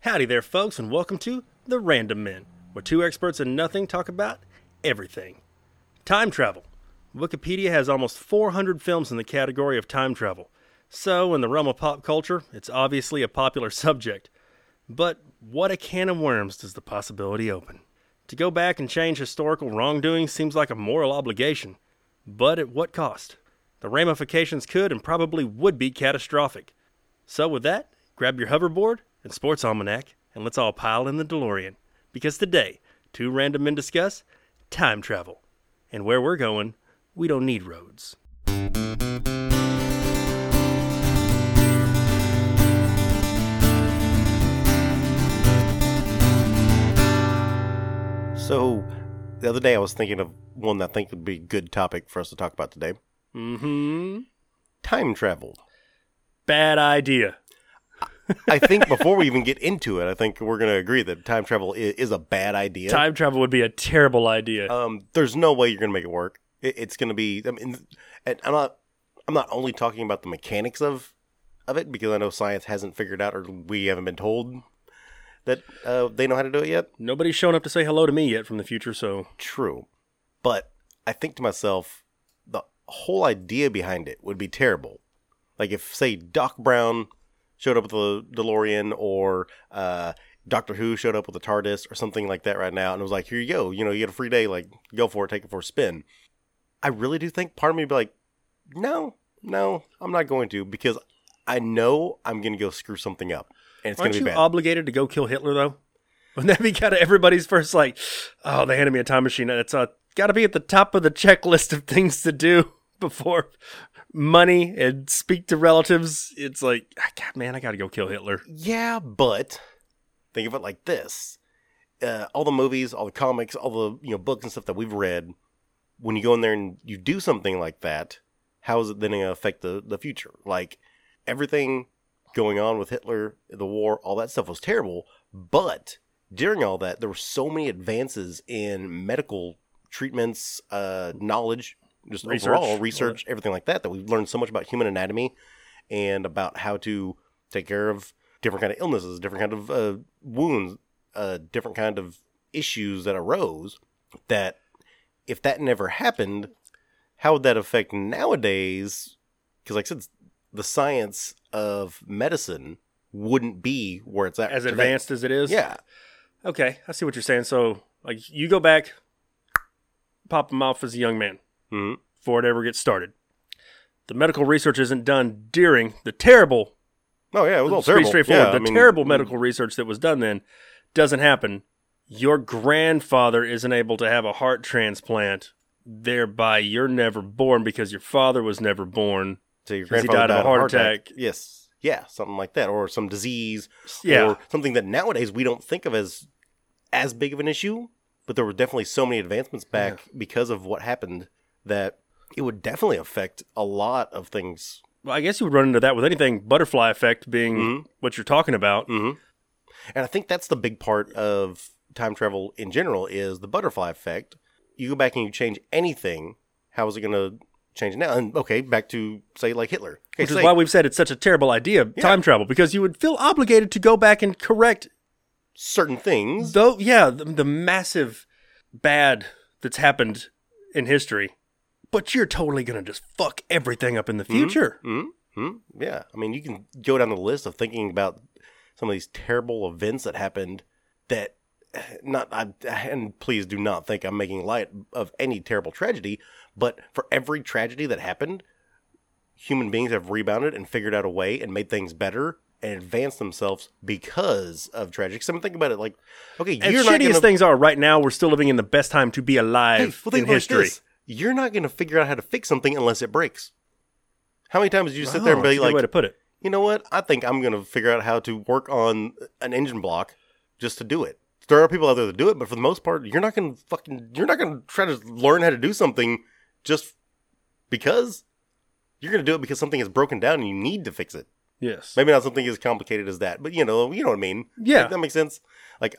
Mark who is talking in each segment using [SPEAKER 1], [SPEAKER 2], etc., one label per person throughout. [SPEAKER 1] Howdy there, folks, and welcome to The Random Men, where two experts in nothing talk about everything. Time travel. Wikipedia has almost 400 films in the category of time travel, so in the realm of pop culture, it's obviously a popular subject. But what a can of worms does the possibility open? To go back and change historical wrongdoing seems like a moral obligation, but at what cost? The ramifications could and probably would be catastrophic. So, with that, grab your hoverboard and sports almanac, and let's all pile in the DeLorean. Because today, two random men discuss time travel. And where we're going, we don't need roads.
[SPEAKER 2] So, the other day I was thinking of one that I think would be a good topic for us to talk about today
[SPEAKER 1] Mm hmm.
[SPEAKER 2] time travel.
[SPEAKER 1] Bad idea.
[SPEAKER 2] I think before we even get into it, I think we're going to agree that time travel is, is a bad idea.
[SPEAKER 1] Time travel would be a terrible idea.
[SPEAKER 2] Um, there's no way you're going to make it work. It, it's going to be. I mean, and I'm not. I'm not only talking about the mechanics of of it because I know science hasn't figured out, or we haven't been told that uh, they know how to do it yet.
[SPEAKER 1] Nobody's shown up to say hello to me yet from the future, so
[SPEAKER 2] True, but I think to myself, the whole idea behind it would be terrible. Like if, say, Doc Brown showed up with the DeLorean, or uh, Doctor Who showed up with the TARDIS, or something like that right now, and it was like, "Here you go, you know, you get a free day, like go for it, take it for a spin." I really do think part of me would be like, "No, no, I'm not going to," because I know I'm going to go screw something up, and it's going
[SPEAKER 1] aren't
[SPEAKER 2] to
[SPEAKER 1] you
[SPEAKER 2] be bad.
[SPEAKER 1] obligated to go kill Hitler though? Wouldn't that be kind of everybody's first like, oh, they handed me a time machine. It's uh, got to be at the top of the checklist of things to do before money and speak to relatives. It's like, ah, God, man, I got to go kill Hitler.
[SPEAKER 2] Yeah, but think of it like this: uh, all the movies, all the comics, all the you know books and stuff that we've read. When you go in there and you do something like that, how is it then going to affect the the future? Like everything going on with Hitler, the war, all that stuff was terrible. But during all that, there were so many advances in medical treatments, uh, knowledge, just
[SPEAKER 1] Research, all
[SPEAKER 2] overall
[SPEAKER 1] that.
[SPEAKER 2] research, everything like that. That we've learned so much about human anatomy and about how to take care of different kind of illnesses, different kind of uh, wounds, uh, different kind of issues that arose. That if that never happened, how would that affect nowadays? Because like I said, the science of medicine wouldn't be where it's at
[SPEAKER 1] As
[SPEAKER 2] today.
[SPEAKER 1] advanced as it is,
[SPEAKER 2] Yeah,
[SPEAKER 1] Okay, I see what you're saying. So, like, you go back, pop him off as a young man
[SPEAKER 2] hmm
[SPEAKER 1] before it ever gets started. The medical research isn't done during the terrible
[SPEAKER 2] Oh yeah, it was all
[SPEAKER 1] It's pretty
[SPEAKER 2] terrible.
[SPEAKER 1] straightforward.
[SPEAKER 2] Yeah,
[SPEAKER 1] the
[SPEAKER 2] I mean, mm.
[SPEAKER 1] terrible medical research that was done then doesn't happen. Your grandfather isn't able to have a heart transplant, thereby you're never born because your father was never born.
[SPEAKER 2] so your
[SPEAKER 1] 'cause he
[SPEAKER 2] grandfather
[SPEAKER 1] died of a heart attack.
[SPEAKER 2] Yes, yeah, something like that, or some disease,
[SPEAKER 1] Yeah,
[SPEAKER 2] or something that nowadays we don't think of as as big of an issue. But there were definitely so many advancements back because of what happened that it would definitely affect a lot of things.
[SPEAKER 1] well, I guess you would run into that with anything. Butterfly effect being
[SPEAKER 2] Mm-hmm.
[SPEAKER 1] what you're talking about.
[SPEAKER 2] And I think that's the big part of time travel in general is the butterfly effect. You go back and you change anything, how is it going to change now? And okay, back to say like Hitler. Okay,
[SPEAKER 1] Which is
[SPEAKER 2] say-
[SPEAKER 1] why we've said it's such a terrible idea, time travel, because you would feel obligated to go back and correct
[SPEAKER 2] certain things.
[SPEAKER 1] though yeah the, the massive bad that's happened in history but you're totally gonna just fuck everything up in the future
[SPEAKER 2] Hmm? Yeah. I mean, you can go down the list of thinking about some of these terrible events that happened that not I, and please do not think I'm making light of any terrible tragedy, but for every tragedy that happened, human beings have rebounded and figured out a way and made things better and advanced themselves because of tragic. So I mean, think about it like, okay,
[SPEAKER 1] as
[SPEAKER 2] you're
[SPEAKER 1] shitty
[SPEAKER 2] not going
[SPEAKER 1] as things are right now we're still living in the best time to be
[SPEAKER 2] Hey,
[SPEAKER 1] alive
[SPEAKER 2] well,
[SPEAKER 1] in
[SPEAKER 2] think about it like
[SPEAKER 1] history
[SPEAKER 2] this. You're not going to figure out how to fix something unless it breaks. How many times do you sit there
[SPEAKER 1] Oh,
[SPEAKER 2] and be
[SPEAKER 1] that's a good
[SPEAKER 2] like,
[SPEAKER 1] way to put it
[SPEAKER 2] you know what? I think I'm going to figure out how to work on an engine block just to do it. There are people out there that do it, but for the most part, you're not going to fucking, you're not going to try to learn how to do something just because. You're going to do it because something is broken down and you need to fix it.
[SPEAKER 1] yes
[SPEAKER 2] Maybe not something as complicated as that, but you know, you know what I mean.
[SPEAKER 1] Yeah.
[SPEAKER 2] Like, that makes sense. Like,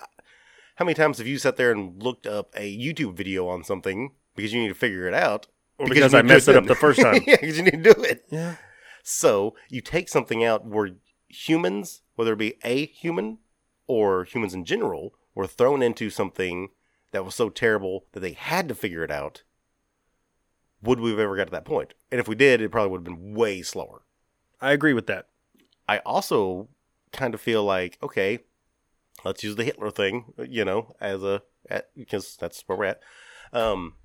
[SPEAKER 2] how many times have you sat there and looked up a YouTube video on something because you need to figure it out?
[SPEAKER 1] Or because
[SPEAKER 2] you
[SPEAKER 1] I
[SPEAKER 2] need to do
[SPEAKER 1] messed it up
[SPEAKER 2] then.
[SPEAKER 1] the first time.
[SPEAKER 2] yeah, because you need to do it.
[SPEAKER 1] yeah
[SPEAKER 2] So you take something out where humans, whether it be a human or humans in general were thrown into something that was so terrible that they had to figure it out, would we have ever got to that point? And if we did, it probably would have been way slower.
[SPEAKER 1] I agree with that.
[SPEAKER 2] I also kind of feel like okay, let's use the Hitler thing, you know, as a at, because that's where we're at. Um,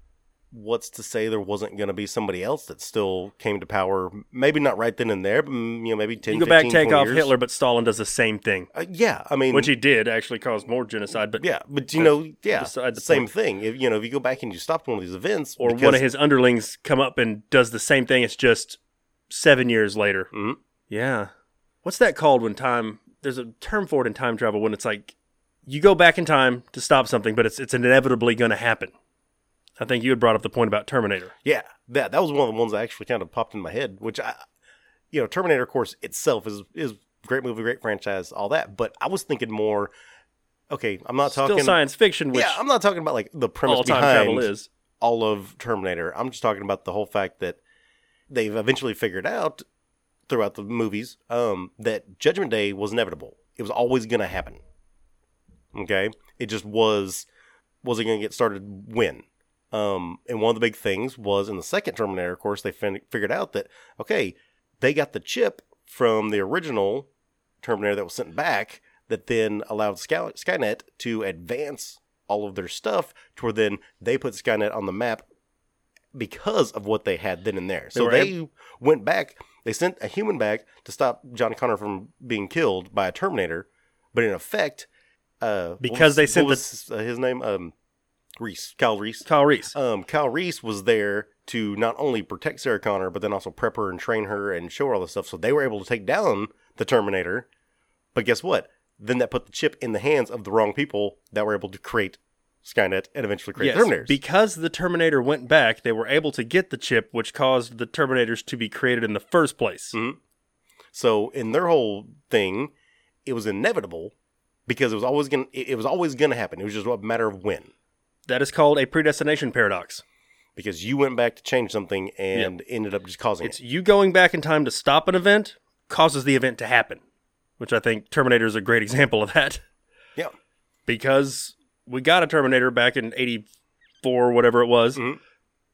[SPEAKER 2] what's to say there wasn't going to be somebody else that still came to power? Maybe not right then and there, but mm, you know, maybe ten.
[SPEAKER 1] You go back,
[SPEAKER 2] 15,
[SPEAKER 1] take
[SPEAKER 2] 20
[SPEAKER 1] off
[SPEAKER 2] years.
[SPEAKER 1] Hitler, but Stalin does the same thing,
[SPEAKER 2] Uh, yeah, I mean,
[SPEAKER 1] which he did actually cause more genocide. But
[SPEAKER 2] yeah, but you know, yeah,
[SPEAKER 1] beside the
[SPEAKER 2] same
[SPEAKER 1] point.
[SPEAKER 2] thing. If you know, if you go back and you stopped one of these events,
[SPEAKER 1] or
[SPEAKER 2] because-
[SPEAKER 1] one of his underlings come up and does the same thing. It's just seven years later.
[SPEAKER 2] Mhm.
[SPEAKER 1] Yeah. What's that called when time? There's a term for it in time travel when it's like you go back in time to stop something, but it's it's inevitably going to happen. I think you had brought up the point about Terminator.
[SPEAKER 2] Yeah, that that was one of the ones that actually kind of popped in my head. Which I, you know, Terminator, of course, itself is is great movie, great franchise, all that. But I was thinking more. Okay, I'm not
[SPEAKER 1] Still
[SPEAKER 2] talking.
[SPEAKER 1] science fiction, which
[SPEAKER 2] yeah, I'm not talking about like the premise
[SPEAKER 1] all time travel
[SPEAKER 2] behind
[SPEAKER 1] is.
[SPEAKER 2] all of Terminator. I'm just talking about the whole fact that they've eventually figured out throughout the movies um, that Judgment Day was inevitable. It was always going to happen. Okay, it just was. Was it going to get started when? Um, and one of the big things was in the second Terminator. Of course, they fin- figured out that okay, they got the chip from the original Terminator that was sent back that then allowed Sky- Skynet to advance all of their stuff to where then they put Skynet on the map because of what they had then and there. so
[SPEAKER 1] were
[SPEAKER 2] they went back, they sent a human back to stop John Connor from being killed by a Terminator, but in effect, uh, what
[SPEAKER 1] Because they
[SPEAKER 2] was-
[SPEAKER 1] sent
[SPEAKER 2] what
[SPEAKER 1] the-
[SPEAKER 2] was, uh, his name um, Reese, Kyle Reese.
[SPEAKER 1] Kyle Reese.
[SPEAKER 2] Um, Kyle Reese was there to not only protect Sarah Connor, but then also prep her and train her and show her all this stuff. So they were able to take down the Terminator. But guess what? Then that put the chip in the hands of the wrong people that were able to create Skynet and eventually create
[SPEAKER 1] Yes,
[SPEAKER 2] Terminators.
[SPEAKER 1] because the Terminator went back, they were able to get the chip, which caused the Terminators to be created in the first
[SPEAKER 2] Mm.
[SPEAKER 1] place.
[SPEAKER 2] so in their whole thing, it was inevitable because it was always gonna it it was always gonna happen. It was just a matter of when.
[SPEAKER 1] That is called a predestination paradox.
[SPEAKER 2] Because you went back to change something and ended up just causing
[SPEAKER 1] It's
[SPEAKER 2] it.
[SPEAKER 1] you going back in time to stop an event causes the event to happen, which I think Terminator is a great example of that
[SPEAKER 2] Yeah.
[SPEAKER 1] because we got a Terminator back in 84, whatever it was.
[SPEAKER 2] Mhm.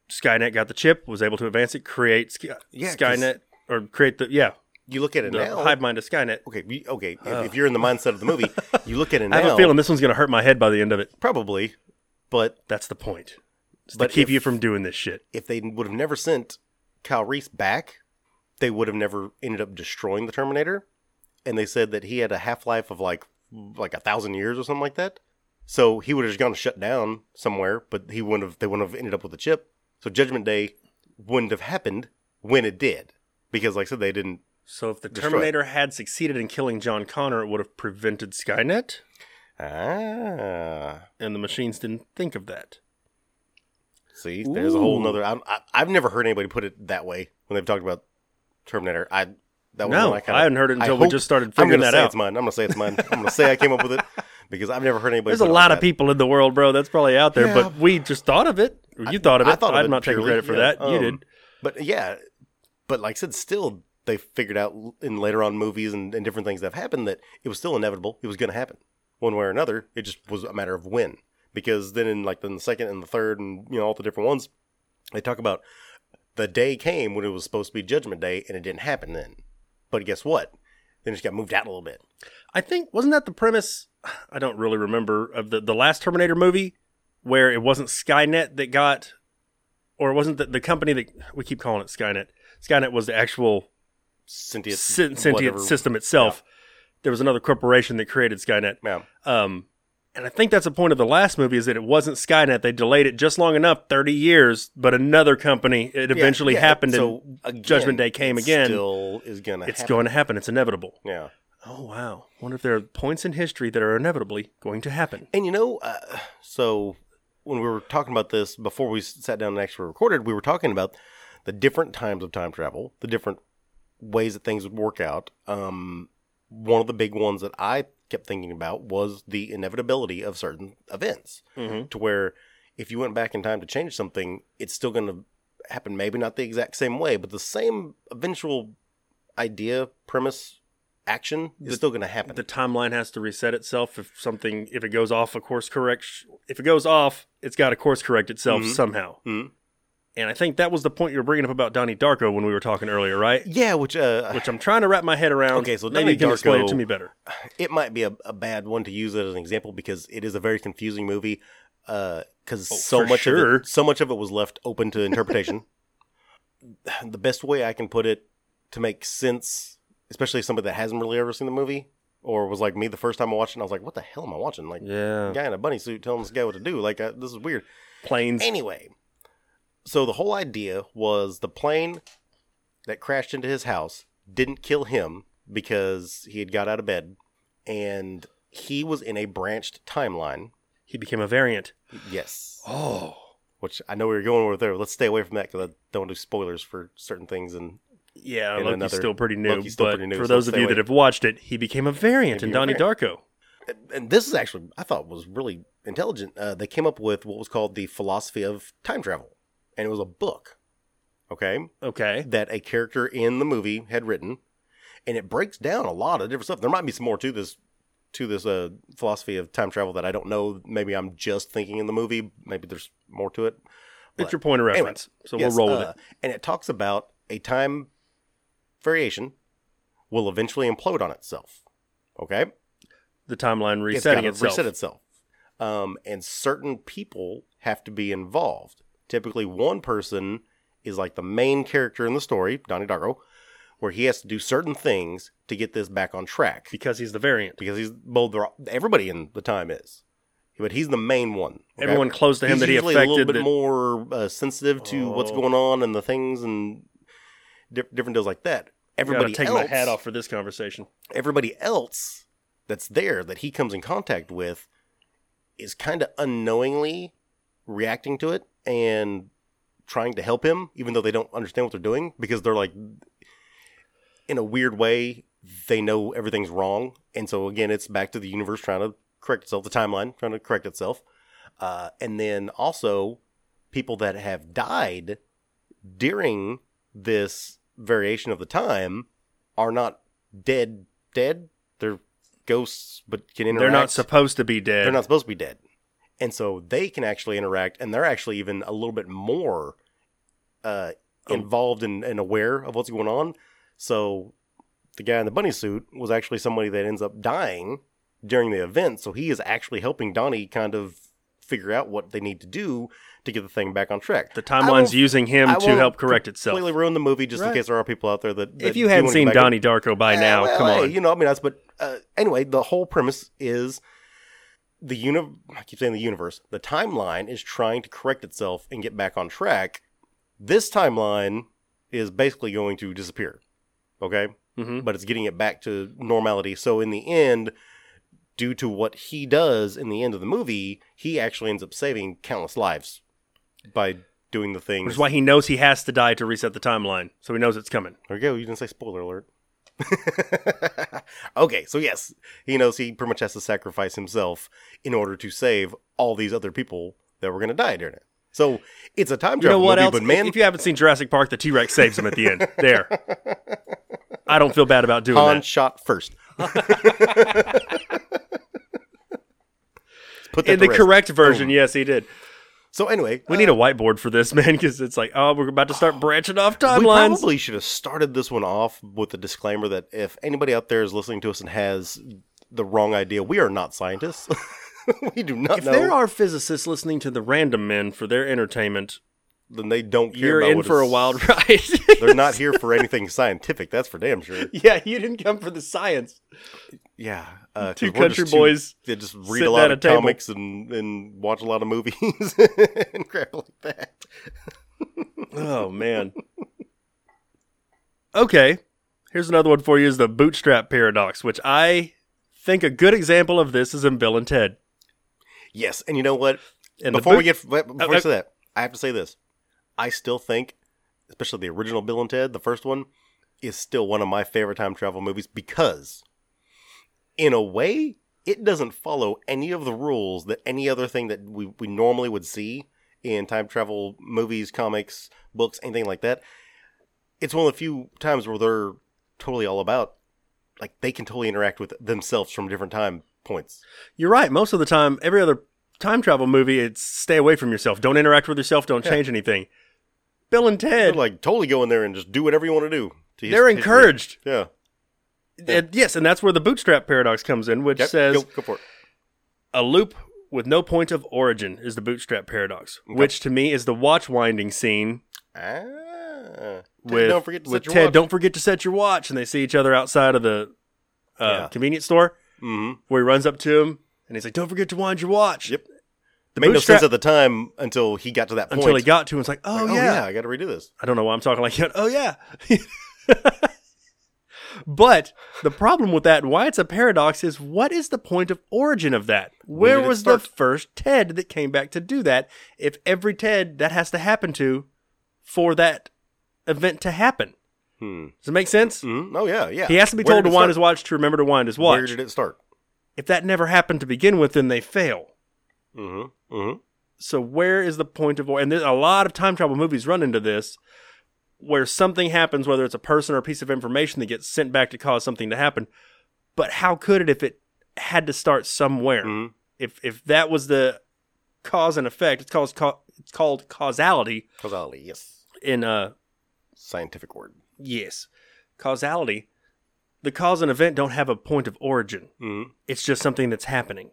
[SPEAKER 1] Skynet got the chip, was able to advance it, create Sky-
[SPEAKER 2] Yeah, 'cause-
[SPEAKER 1] Skynet, or create the, yeah,
[SPEAKER 2] You look at it
[SPEAKER 1] the
[SPEAKER 2] now.
[SPEAKER 1] hive mind of Skynet.
[SPEAKER 2] okay, we- okay. If, if you're in the mindset of the movie, you look at it now.
[SPEAKER 1] I have a feeling this one's going to hurt my head by the end of it.
[SPEAKER 2] probably, but
[SPEAKER 1] That's the point. It's
[SPEAKER 2] But
[SPEAKER 1] to keep
[SPEAKER 2] if-
[SPEAKER 1] you from doing this shit.
[SPEAKER 2] if they would have never sent Kyle Reese back, they would have never ended up destroying the Terminator. And they said that he had a half life of like like a thousand years or something like that. So he would have just gone to shut down somewhere, but he wouldn't have. They wouldn't have ended up with a chip. So Judgment Day wouldn't have happened when it did, because like I said, they didn't.
[SPEAKER 1] So if the
[SPEAKER 2] Destroy it.
[SPEAKER 1] Terminator had succeeded in killing John Connor, it would have prevented Skynet,
[SPEAKER 2] Ah,
[SPEAKER 1] and the machines didn't think of that.
[SPEAKER 2] see, there's a whole
[SPEAKER 1] Ooh.
[SPEAKER 2] nother. I'm, I, I've never heard anybody put it that way when they've talked about Terminator. I that was
[SPEAKER 1] No,
[SPEAKER 2] one I, kinda,
[SPEAKER 1] I hadn't heard it
[SPEAKER 2] I
[SPEAKER 1] until we
[SPEAKER 2] hope-
[SPEAKER 1] just started
[SPEAKER 2] I'm
[SPEAKER 1] figuring
[SPEAKER 2] gonna
[SPEAKER 1] that
[SPEAKER 2] say
[SPEAKER 1] out.
[SPEAKER 2] It's mine. I'm gonna say it's mine. I'm gonna say I came up with it because I've never heard anybody.
[SPEAKER 1] There's a
[SPEAKER 2] put it
[SPEAKER 1] lot
[SPEAKER 2] like
[SPEAKER 1] of people in the world, bro. That's probably out there,
[SPEAKER 2] Yeah.
[SPEAKER 1] but we just thought of it. Or You thought of it.
[SPEAKER 2] I thought of
[SPEAKER 1] am
[SPEAKER 2] it
[SPEAKER 1] not taking
[SPEAKER 2] purely,
[SPEAKER 1] credit for
[SPEAKER 2] yeah.
[SPEAKER 1] that. you
[SPEAKER 2] Um,
[SPEAKER 1] did.
[SPEAKER 2] But yeah, but like I said, still they figured out in later on movies and, and different things that have happened that it was still inevitable. It was gonna happen one way or another. It just was a matter of when. Because then in like in the second and the third and you know all the different ones, they talk about the day came when it was supposed to be Judgment Day and it didn't happen then. But guess what? Then it just got moved out a little bit.
[SPEAKER 1] I think wasn't that the premise? I don't really remember of the the last Terminator movie where it wasn't Skynet that got, or it wasn't the, the company that we keep calling it Skynet. Skynet was the actual
[SPEAKER 2] Sentient,
[SPEAKER 1] sen-
[SPEAKER 2] whatever.
[SPEAKER 1] sentient system itself. There was another corporation that created Skynet.
[SPEAKER 2] Yeah.
[SPEAKER 1] Um, and I think that's the point of the last movie is that it wasn't Skynet. They delayed it just long enough, 30 years, but another company, it
[SPEAKER 2] Yeah,
[SPEAKER 1] eventually
[SPEAKER 2] yeah,
[SPEAKER 1] happened
[SPEAKER 2] so
[SPEAKER 1] and
[SPEAKER 2] again,
[SPEAKER 1] Judgment Day came
[SPEAKER 2] it
[SPEAKER 1] again.
[SPEAKER 2] Still is gonna.
[SPEAKER 1] it's
[SPEAKER 2] happen.
[SPEAKER 1] going to happen. It's inevitable.
[SPEAKER 2] Yeah.
[SPEAKER 1] Oh, wow. wonder if there are points in history that are inevitably going to happen.
[SPEAKER 2] And you know, uh, so when we were talking about this before we s- sat down and actually recorded, we were talking about the different times of time travel, the different ways that things would work out. Um, one of the big ones that I kept thinking about was the inevitability of certain events,
[SPEAKER 1] Mm-hmm.
[SPEAKER 2] to where if you went back in time to change something, it's still going to happen. Maybe not the exact same way, but the same eventual idea premise action is still going to happen.
[SPEAKER 1] The timeline has to reset itself if something if it goes off a course correct if it goes off, it's got to course correct itself somehow.
[SPEAKER 2] Mhm.
[SPEAKER 1] And I think that was the point you were bringing up about Donnie Darko when we were talking earlier, right?
[SPEAKER 2] yeah, which uh,
[SPEAKER 1] Which I'm trying to wrap my head around.
[SPEAKER 2] Okay, so
[SPEAKER 1] maybe you
[SPEAKER 2] Donnie
[SPEAKER 1] can explain it
[SPEAKER 2] Darko-
[SPEAKER 1] to me better.
[SPEAKER 2] it might be a, a bad one to use as an example because it is a very confusing movie. Because so
[SPEAKER 1] Oh, for
[SPEAKER 2] much
[SPEAKER 1] sure.
[SPEAKER 2] of it, so much of it was left open to interpretation. the best way I can put it to make sense, especially somebody that hasn't really ever seen the movie or was like me the first time I watched it, I was like, "What the hell am I watching?" Like
[SPEAKER 1] Yeah,
[SPEAKER 2] a guy in a bunny suit telling this guy what to do. Like uh, this is weird.
[SPEAKER 1] planes.
[SPEAKER 2] Anyway, so the whole idea was the plane that crashed into his house didn't kill him because he had got out of bed and he was in a branched timeline.
[SPEAKER 1] He became a variant.
[SPEAKER 2] Yes.
[SPEAKER 1] Oh,
[SPEAKER 2] Which I know we were going over there. Let's stay away from that because I don't do spoilers for certain things. And
[SPEAKER 1] yeah.
[SPEAKER 2] And
[SPEAKER 1] Loki's
[SPEAKER 2] another-
[SPEAKER 1] still pretty new,
[SPEAKER 2] Loki's still
[SPEAKER 1] but
[SPEAKER 2] pretty new,
[SPEAKER 1] for
[SPEAKER 2] so
[SPEAKER 1] those of
[SPEAKER 2] stay
[SPEAKER 1] you
[SPEAKER 2] away.
[SPEAKER 1] that have watched it, he became a variant
[SPEAKER 2] He
[SPEAKER 1] in
[SPEAKER 2] became
[SPEAKER 1] Donnie
[SPEAKER 2] a
[SPEAKER 1] Darko.
[SPEAKER 2] and this is actually I thought was really intelligent. Uh, they came up with what was called the philosophy of time travel, and it was a book. Okay,
[SPEAKER 1] Okay.
[SPEAKER 2] that a character in the movie had written, and it breaks down a lot of different stuff. There might be some more to this to this uh, philosophy of time travel that I don't know. Maybe I'm just thinking in the movie. Maybe there's more to it.
[SPEAKER 1] It's your point of
[SPEAKER 2] anyway,
[SPEAKER 1] reference, so we'll roll with it.
[SPEAKER 2] And it talks about a time variation will eventually implode on itself. Okay,
[SPEAKER 1] The timeline
[SPEAKER 2] It's
[SPEAKER 1] resetting
[SPEAKER 2] gotta
[SPEAKER 1] itself.
[SPEAKER 2] Reset itself. Um, and certain people have to be involved. Typically, one person is like the main character in the story, Donnie Darko, where he has to do certain things to get this back on track
[SPEAKER 1] because he's the variant.
[SPEAKER 2] because he's well, they're all- everybody in the time is, but he's the main one. okay?
[SPEAKER 1] Everyone close to him
[SPEAKER 2] he's
[SPEAKER 1] that he
[SPEAKER 2] usually
[SPEAKER 1] affected.
[SPEAKER 2] a little bit
[SPEAKER 1] that-
[SPEAKER 2] more uh, sensitive to what's
[SPEAKER 1] Oh.
[SPEAKER 2] going on and the things and di- different deals like that. Everybody
[SPEAKER 1] gotta take
[SPEAKER 2] else,
[SPEAKER 1] my hat off for this conversation.
[SPEAKER 2] everybody else that's there that he comes in contact with is kind of unknowingly reacting to it and trying to help him even though they don't understand what they're doing because they're like in a weird way they know everything's wrong and so again it's back to the universe trying to correct itself the timeline trying to correct itself uh, and then also people that have died during this variation of the time are not dead dead they're ghosts but can interact
[SPEAKER 1] They're not supposed to be dead.
[SPEAKER 2] they're not supposed to be dead and so they can actually interact and they're actually even a little bit more uh,
[SPEAKER 1] Oh.
[SPEAKER 2] involved and, and aware of what's going on so the guy in the bunny suit was actually somebody that ends up dying during the event so he is actually helping donnie kind of figure out what they need to do to get the thing back on track
[SPEAKER 1] the
[SPEAKER 2] I won't-
[SPEAKER 1] timeline's using him
[SPEAKER 2] I
[SPEAKER 1] to
[SPEAKER 2] won't
[SPEAKER 1] help correct itself.
[SPEAKER 2] completely ruin the movie just
[SPEAKER 1] Right.
[SPEAKER 2] in case there are people out there that, that
[SPEAKER 1] If you
[SPEAKER 2] do
[SPEAKER 1] hadn't
[SPEAKER 2] wanna go
[SPEAKER 1] seen
[SPEAKER 2] back and-
[SPEAKER 1] Donnie Darko by
[SPEAKER 2] Eh,
[SPEAKER 1] now,
[SPEAKER 2] well,
[SPEAKER 1] come
[SPEAKER 2] hey,
[SPEAKER 1] on.
[SPEAKER 2] you know, I mean, that's but uh, anyway, the whole premise is the uni. I keep saying the universe. The timeline is trying to correct itself and get back on track. This timeline is basically going to disappear. Okay,
[SPEAKER 1] Mhm.
[SPEAKER 2] but it's getting it back to normality. So in the end, due to what he does in the end of the movie, he actually ends up saving countless lives by doing the things.
[SPEAKER 1] Which is why he knows he has to die to reset the timeline, so he knows it's coming.
[SPEAKER 2] There you go. You didn't say spoiler alert. okay, so yes, he knows he pretty much has to sacrifice himself in order to save all these other people that were going to die during it. So it's a time
[SPEAKER 1] You know
[SPEAKER 2] travel
[SPEAKER 1] what
[SPEAKER 2] movie,
[SPEAKER 1] else?
[SPEAKER 2] but man,
[SPEAKER 1] if you haven't seen Jurassic Park, the T Rex saves him at the end. There. I don't feel bad about doing
[SPEAKER 2] Han
[SPEAKER 1] that.
[SPEAKER 2] shot first. Let's put that
[SPEAKER 1] In
[SPEAKER 2] to
[SPEAKER 1] the
[SPEAKER 2] rest.
[SPEAKER 1] correct version, yes, he did.
[SPEAKER 2] So anyway,
[SPEAKER 1] We need a whiteboard for this, man, because it's like, oh, we're about to start branching off timelines.
[SPEAKER 2] We probably should have started this one off with the disclaimer that if anybody out there is listening to us and has the wrong idea, we are not scientists. we do not
[SPEAKER 1] if
[SPEAKER 2] know.
[SPEAKER 1] there are physicists listening to the random men for their entertainment,
[SPEAKER 2] then they don't care
[SPEAKER 1] you're
[SPEAKER 2] about
[SPEAKER 1] in
[SPEAKER 2] what
[SPEAKER 1] for a
[SPEAKER 2] is-
[SPEAKER 1] wild ride.
[SPEAKER 2] They're not here for anything scientific. That's for damn sure.
[SPEAKER 1] yeah, you didn't come for the science.
[SPEAKER 2] Yeah, uh, 'cause
[SPEAKER 1] Two
[SPEAKER 2] we're
[SPEAKER 1] country
[SPEAKER 2] just two-
[SPEAKER 1] boys
[SPEAKER 2] They just
[SPEAKER 1] sitting
[SPEAKER 2] read
[SPEAKER 1] at
[SPEAKER 2] a lot
[SPEAKER 1] a
[SPEAKER 2] of
[SPEAKER 1] table.
[SPEAKER 2] comics and and watch a lot of movies and crap like that.
[SPEAKER 1] Oh man. okay. Here's another one for you is the bootstrap paradox, which I think a good example of this is in Bill and Ted.
[SPEAKER 2] Yes, and you know what?
[SPEAKER 1] And the
[SPEAKER 2] before we
[SPEAKER 1] boot-
[SPEAKER 2] get wait, before
[SPEAKER 1] uh,
[SPEAKER 2] we say that, I have to say this. I still think, especially the original Bill and Ted, the first one, is still one of my favorite time travel movies because, in a way, it doesn't follow any of the rules that any other thing that we, we normally would see in time travel movies, comics, books, anything like that. It's one of the few times where they're totally all about like they can totally interact with themselves from different time points.
[SPEAKER 1] You're right. Most of the time, every other time travel movie, it's stay away from yourself. Don't interact with yourself. Don't
[SPEAKER 2] Yeah.
[SPEAKER 1] change anything. Bill and
[SPEAKER 2] They're
[SPEAKER 1] Ted,
[SPEAKER 2] like totally go in there and just do whatever you want to do. to his-
[SPEAKER 1] they're
[SPEAKER 2] his-
[SPEAKER 1] encouraged.
[SPEAKER 2] Yeah.
[SPEAKER 1] And yes, and that's where the bootstrap paradox comes in, which
[SPEAKER 2] Yep,
[SPEAKER 1] says
[SPEAKER 2] go, go for it.
[SPEAKER 1] a loop with no point of origin is the bootstrap paradox,
[SPEAKER 2] Okay.
[SPEAKER 1] which to me is the watch winding scene
[SPEAKER 2] Ah.
[SPEAKER 1] with,
[SPEAKER 2] don't forget to
[SPEAKER 1] with
[SPEAKER 2] set your
[SPEAKER 1] Ted.
[SPEAKER 2] watch.
[SPEAKER 1] Don't forget to set your watch, and they see each other outside of the uh,
[SPEAKER 2] Yeah.
[SPEAKER 1] convenience store
[SPEAKER 2] hmm
[SPEAKER 1] where he runs up to him and he's like, "Don't forget to wind your watch."
[SPEAKER 2] Yep.
[SPEAKER 1] The
[SPEAKER 2] Made no
[SPEAKER 1] bootstrap-
[SPEAKER 2] sense at the time until he got to that point.
[SPEAKER 1] until he got to him. It's like, oh,
[SPEAKER 2] Like,
[SPEAKER 1] yeah.
[SPEAKER 2] I got to redo this.
[SPEAKER 1] I don't know why I'm talking like that. Oh yeah. but the problem with that, and why it's a paradox, is what is the point of origin of that?
[SPEAKER 2] Where
[SPEAKER 1] Where
[SPEAKER 2] did it
[SPEAKER 1] was the
[SPEAKER 2] start?
[SPEAKER 1] first Ted that came back to do that? If every Ted that has to happen to for that event to happen.
[SPEAKER 2] Hmm.
[SPEAKER 1] Does it make sense?
[SPEAKER 2] hmm Oh yeah, yeah.
[SPEAKER 1] He has to be
[SPEAKER 2] Where
[SPEAKER 1] told to
[SPEAKER 2] did it
[SPEAKER 1] wind his
[SPEAKER 2] start?
[SPEAKER 1] watch to remember to wind his watch.
[SPEAKER 2] Where did it start?
[SPEAKER 1] if that never happened to begin with, then they fail.
[SPEAKER 2] Mm-hmm. Mm-hmm.
[SPEAKER 1] So where is the point of or and there's a lot of time travel movies run into this where something happens, whether it's a person or a piece of information that gets sent back to cause something to happen. But how could it if it had to start somewhere?
[SPEAKER 2] Mhm.
[SPEAKER 1] If if that was the cause and effect, it's called it's called causality
[SPEAKER 2] Causality. Yes.
[SPEAKER 1] in uh
[SPEAKER 2] Scientific word.
[SPEAKER 1] yes. Causality. The cause and event don't have a point of origin.
[SPEAKER 2] Mm-hmm.
[SPEAKER 1] It's just something that's happening.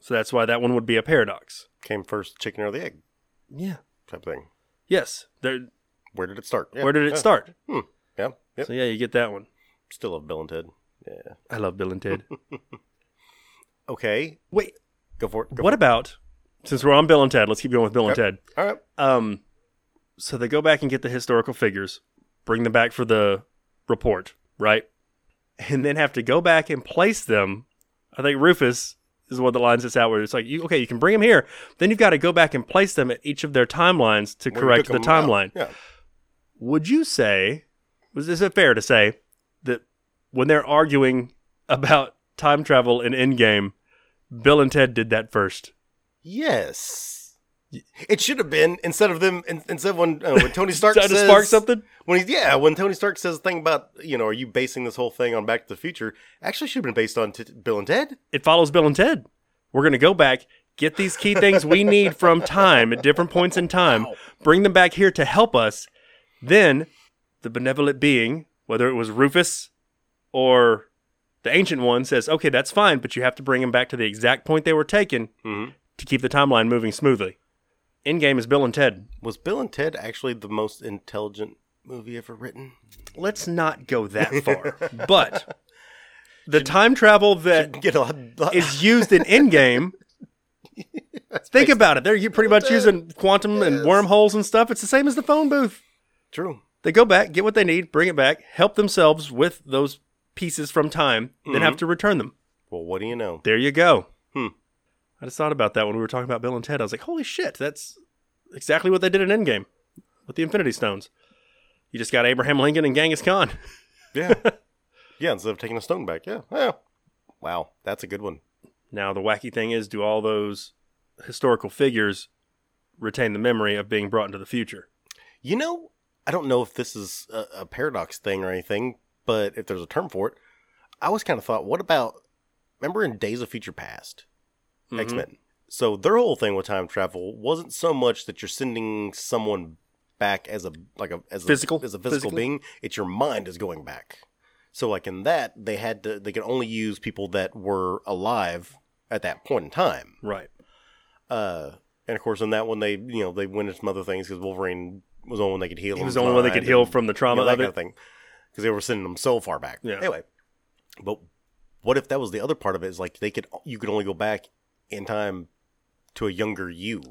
[SPEAKER 1] So that's why that one would be a paradox.
[SPEAKER 2] Came first, chicken or the egg
[SPEAKER 1] Yeah.
[SPEAKER 2] type thing.
[SPEAKER 1] Yes. There
[SPEAKER 2] Where did it start? Yeah,
[SPEAKER 1] where did it
[SPEAKER 2] yeah.
[SPEAKER 1] start?
[SPEAKER 2] Hmm. Yeah. Yep.
[SPEAKER 1] So yeah, you get that one.
[SPEAKER 2] Still love Bill and Ted. Yeah.
[SPEAKER 1] I love Bill and Ted.
[SPEAKER 2] Okay.
[SPEAKER 1] Wait,
[SPEAKER 2] Go for it. Go
[SPEAKER 1] what about since we're on Bill and Ted? Let's keep going with Bill and Ted.
[SPEAKER 2] For it. All right.
[SPEAKER 1] Um, so they go back and get the historical figures, bring them back for the report, right? And then have to go back and place them. I think Rufus is one that lines this out where it's like, you, okay, you can bring them here. Then you've got to go back and place them at each of their timelines to
[SPEAKER 2] Where we
[SPEAKER 1] correct
[SPEAKER 2] took
[SPEAKER 1] the
[SPEAKER 2] 'em out.
[SPEAKER 1] timeline.
[SPEAKER 2] Yeah.
[SPEAKER 1] Would you say, was is it fair to say that when they're arguing about time travel in Endgame, Bill and Ted did that first?
[SPEAKER 2] Yes. It should have been instead of them in- instead of when, uh, when Tony Stark
[SPEAKER 1] Did I just
[SPEAKER 2] says
[SPEAKER 1] spark something?
[SPEAKER 2] when he's yeah when Tony Stark says the thing about you know are you basing this whole thing on Back to the Future actually should have been based on t- Bill and Ted
[SPEAKER 1] It follows Bill and Ted. We're going to go back, get these key things we need from time at different points in time,
[SPEAKER 2] Wow.
[SPEAKER 1] bring them back here to help us. Then the benevolent being, whether it was Rufus or the ancient one, says, okay, that's fine, but you have to bring them back to the exact point they were taken
[SPEAKER 2] Mhm.
[SPEAKER 1] to keep the timeline moving smoothly. Endgame is Bill and Ted.
[SPEAKER 2] was Bill and Ted actually the most intelligent movie ever written
[SPEAKER 1] Let's not go that far. but the time travel that
[SPEAKER 2] get a lot, lot
[SPEAKER 1] is used in Endgame. Think about it. They're you pretty much
[SPEAKER 2] That's
[SPEAKER 1] using quantum and wormholes and stuff. It's the same as the phone booth.
[SPEAKER 2] true
[SPEAKER 1] They go back, get what they need, bring it back, help themselves with those pieces from time, then have to return them.
[SPEAKER 2] well what do you know
[SPEAKER 1] There you go.
[SPEAKER 2] Hmm.
[SPEAKER 1] I just thought about that when we were talking about Bill and Ted. I was like, holy shit, that's exactly what they did in Endgame with the Infinity Stones. You just got Abraham Lincoln and Genghis Khan.
[SPEAKER 2] yeah yeah instead of taking a stone back yeah yeah wow that's a good one
[SPEAKER 1] Now, the wacky thing is, do all those historical figures retain the memory of being brought into the future?
[SPEAKER 2] You know, I don't know if this is a, a paradox thing or anything, but if there's a term for it, I always kind of thought, what about, remember in Days of Future Past,
[SPEAKER 1] Mhm.
[SPEAKER 2] X Men? So their whole thing with time travel wasn't so much that you're sending someone back as a like a as
[SPEAKER 1] Physical?
[SPEAKER 2] a, as a physical
[SPEAKER 1] Physically?
[SPEAKER 2] being. It's your mind is going back. So like in that, they had to they could only use people that were alive at that point in time.
[SPEAKER 1] Right.
[SPEAKER 2] Uh, and of course, in that one, they you know they went into some other things because Wolverine was the only one they could heal.
[SPEAKER 1] He was
[SPEAKER 2] his
[SPEAKER 1] the only one that
[SPEAKER 2] mind
[SPEAKER 1] could heal
[SPEAKER 2] and,
[SPEAKER 1] from the
[SPEAKER 2] you know,
[SPEAKER 1] trauma
[SPEAKER 2] that
[SPEAKER 1] of
[SPEAKER 2] kind
[SPEAKER 1] it.
[SPEAKER 2] of thing because they were sending them so far back.
[SPEAKER 1] Yeah.
[SPEAKER 2] Anyway, but what if that was the other part of it? Is like they could you could only go back in time to a younger you.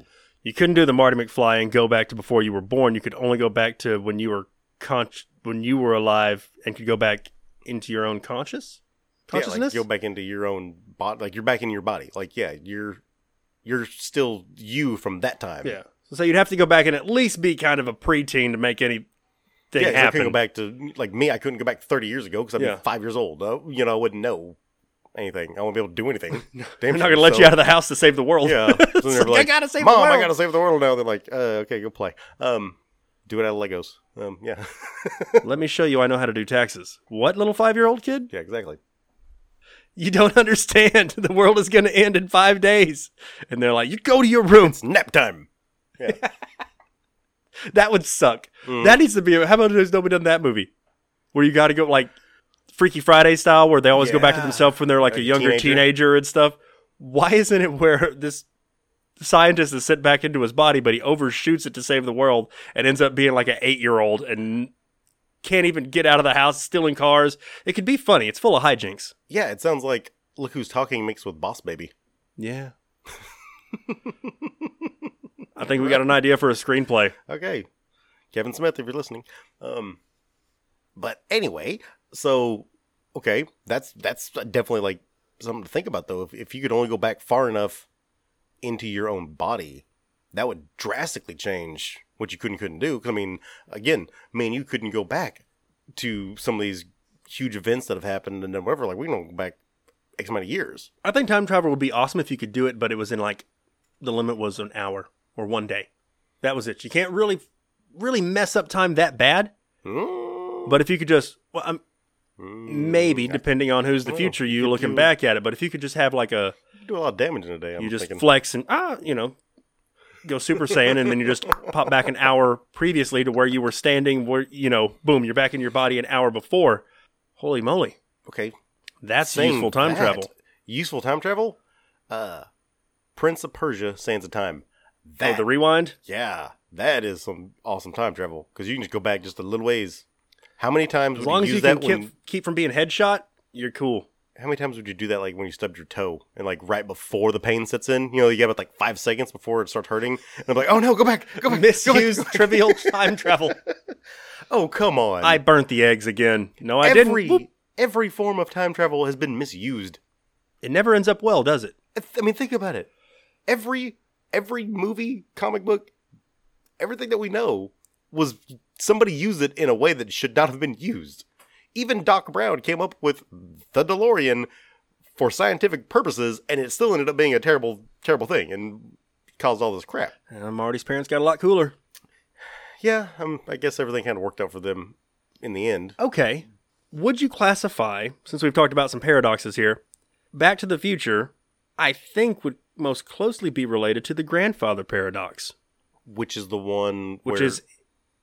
[SPEAKER 1] You couldn't do the Marty McFly and go back to before you were born. You could only go back to when you were con- when you were alive and could go back into your own conscious
[SPEAKER 2] Yeah, like,
[SPEAKER 1] consciousness.
[SPEAKER 2] go back into your own body. Like you're back in your body. Like yeah, you're you're still you from that time.
[SPEAKER 1] Yeah. So, you'd have to go back and at least be kind of a preteen to make anything
[SPEAKER 2] Yeah, 'cause I couldn't
[SPEAKER 1] happen.
[SPEAKER 2] go back to like me. I couldn't go back thirty years ago because I'd
[SPEAKER 1] Yeah.
[SPEAKER 2] be five years old. Uh, you know, I wouldn't know anything. I wouldn't be able to do anything.
[SPEAKER 1] They're not going to let you out of the house to save the world.
[SPEAKER 2] Yeah, so
[SPEAKER 1] It's
[SPEAKER 2] they're
[SPEAKER 1] like,
[SPEAKER 2] like,
[SPEAKER 1] I gotta save
[SPEAKER 2] Mom,
[SPEAKER 1] the world.
[SPEAKER 2] I gotta save the world now. They're like, uh, okay, go play. Um, Do it out of Legos. Um, yeah,
[SPEAKER 1] Let me show you I know how to do taxes. What, little five year old kid?
[SPEAKER 2] yeah, exactly.
[SPEAKER 1] You don't understand. The world is going to end in five days. And they're like, you go to your room.
[SPEAKER 2] It's nap time.
[SPEAKER 1] That would suck.
[SPEAKER 2] Mm.
[SPEAKER 1] That needs to be. How about there's nobody done that movie where you got to go like Freaky Friday style, where they always go back to
[SPEAKER 2] Yeah.
[SPEAKER 1] themselves when they're like a
[SPEAKER 2] Like a
[SPEAKER 1] younger
[SPEAKER 2] teenager.
[SPEAKER 1] teenager. and stuff. Why isn't it where this scientist is sent back into his body, but he overshoots it to save the world and ends up being like an eight year old and can't even get out of the house, stealing cars? It could be funny. It's full of hijinks.
[SPEAKER 2] Yeah, it sounds like look who's talking mixed with Boss Baby.
[SPEAKER 1] Yeah. I think we got an idea for a screenplay.
[SPEAKER 2] Okay, Kevin Smith, if you're listening. Um, but anyway, so okay, that's that's definitely like something to think about though. If if you could only go back far enough into your own body, that would drastically change what you could and couldn't do. 'Cause, I mean, again, man, you couldn't go back to some of these huge events that have happened and then whatever. Like we don't go back X amount of years.
[SPEAKER 1] I think time travel would be awesome if you could do it, but it was in like the limit was an hour or one day. That was it. You can't really really mess up time that bad.
[SPEAKER 2] Hmm.
[SPEAKER 1] But if you could just well, I'm,
[SPEAKER 2] Hmm.
[SPEAKER 1] maybe depending on who's the
[SPEAKER 2] Well,
[SPEAKER 1] future you
[SPEAKER 2] if
[SPEAKER 1] looking
[SPEAKER 2] you-
[SPEAKER 1] back at it, but if you could just have like a
[SPEAKER 2] do a lot of damage in a day. I'm
[SPEAKER 1] you just
[SPEAKER 2] thinking.
[SPEAKER 1] flex and ah, you know, go Super Saiyan, and then you just pop back an hour previously to where you were standing. Where you know, boom, you're back in your body an hour before. Holy moly,
[SPEAKER 2] okay,
[SPEAKER 1] that's
[SPEAKER 2] saying
[SPEAKER 1] useful time
[SPEAKER 2] that,
[SPEAKER 1] travel. Oh,
[SPEAKER 2] Useful time travel? Uh Prince of Persia, Sands of Time.
[SPEAKER 1] Oh,
[SPEAKER 2] That,
[SPEAKER 1] the rewind.
[SPEAKER 2] yeah, that is some awesome time travel because you can just go back just a little ways. How many times
[SPEAKER 1] As
[SPEAKER 2] would
[SPEAKER 1] long
[SPEAKER 2] you
[SPEAKER 1] as
[SPEAKER 2] use
[SPEAKER 1] you can
[SPEAKER 2] that
[SPEAKER 1] keep,
[SPEAKER 2] when?
[SPEAKER 1] keep from being headshot, you're cool.
[SPEAKER 2] How many times would you do that like when you stubbed your toe and like right before the pain sets in? You know, you have it like five seconds before it starts hurting, and I'm like, oh no, go back, go back, go back.
[SPEAKER 1] Misused trivial time travel.
[SPEAKER 2] Oh come on!
[SPEAKER 1] I burnt the eggs again. No, I
[SPEAKER 2] every
[SPEAKER 1] didn't. Whoop.
[SPEAKER 2] every form of time travel has been misused.
[SPEAKER 1] It never ends up well, does it?
[SPEAKER 2] I th- I mean, think about it. Every every movie, comic book, everything that we know was somebody used it in a way that should not have been used. Even Doc Brown came up with the DeLorean for scientific purposes, and it still ended up being a terrible, terrible thing and caused all this crap.
[SPEAKER 1] And Uh, Marty's parents got a lot cooler.
[SPEAKER 2] Yeah, um, I guess everything kind of worked out for them in the end.
[SPEAKER 1] Okay. Would you classify, since we've talked about some paradoxes here, Back to the Future, I think would most closely be related to the grandfather paradox,
[SPEAKER 2] Which is the one
[SPEAKER 1] which
[SPEAKER 2] where-
[SPEAKER 1] is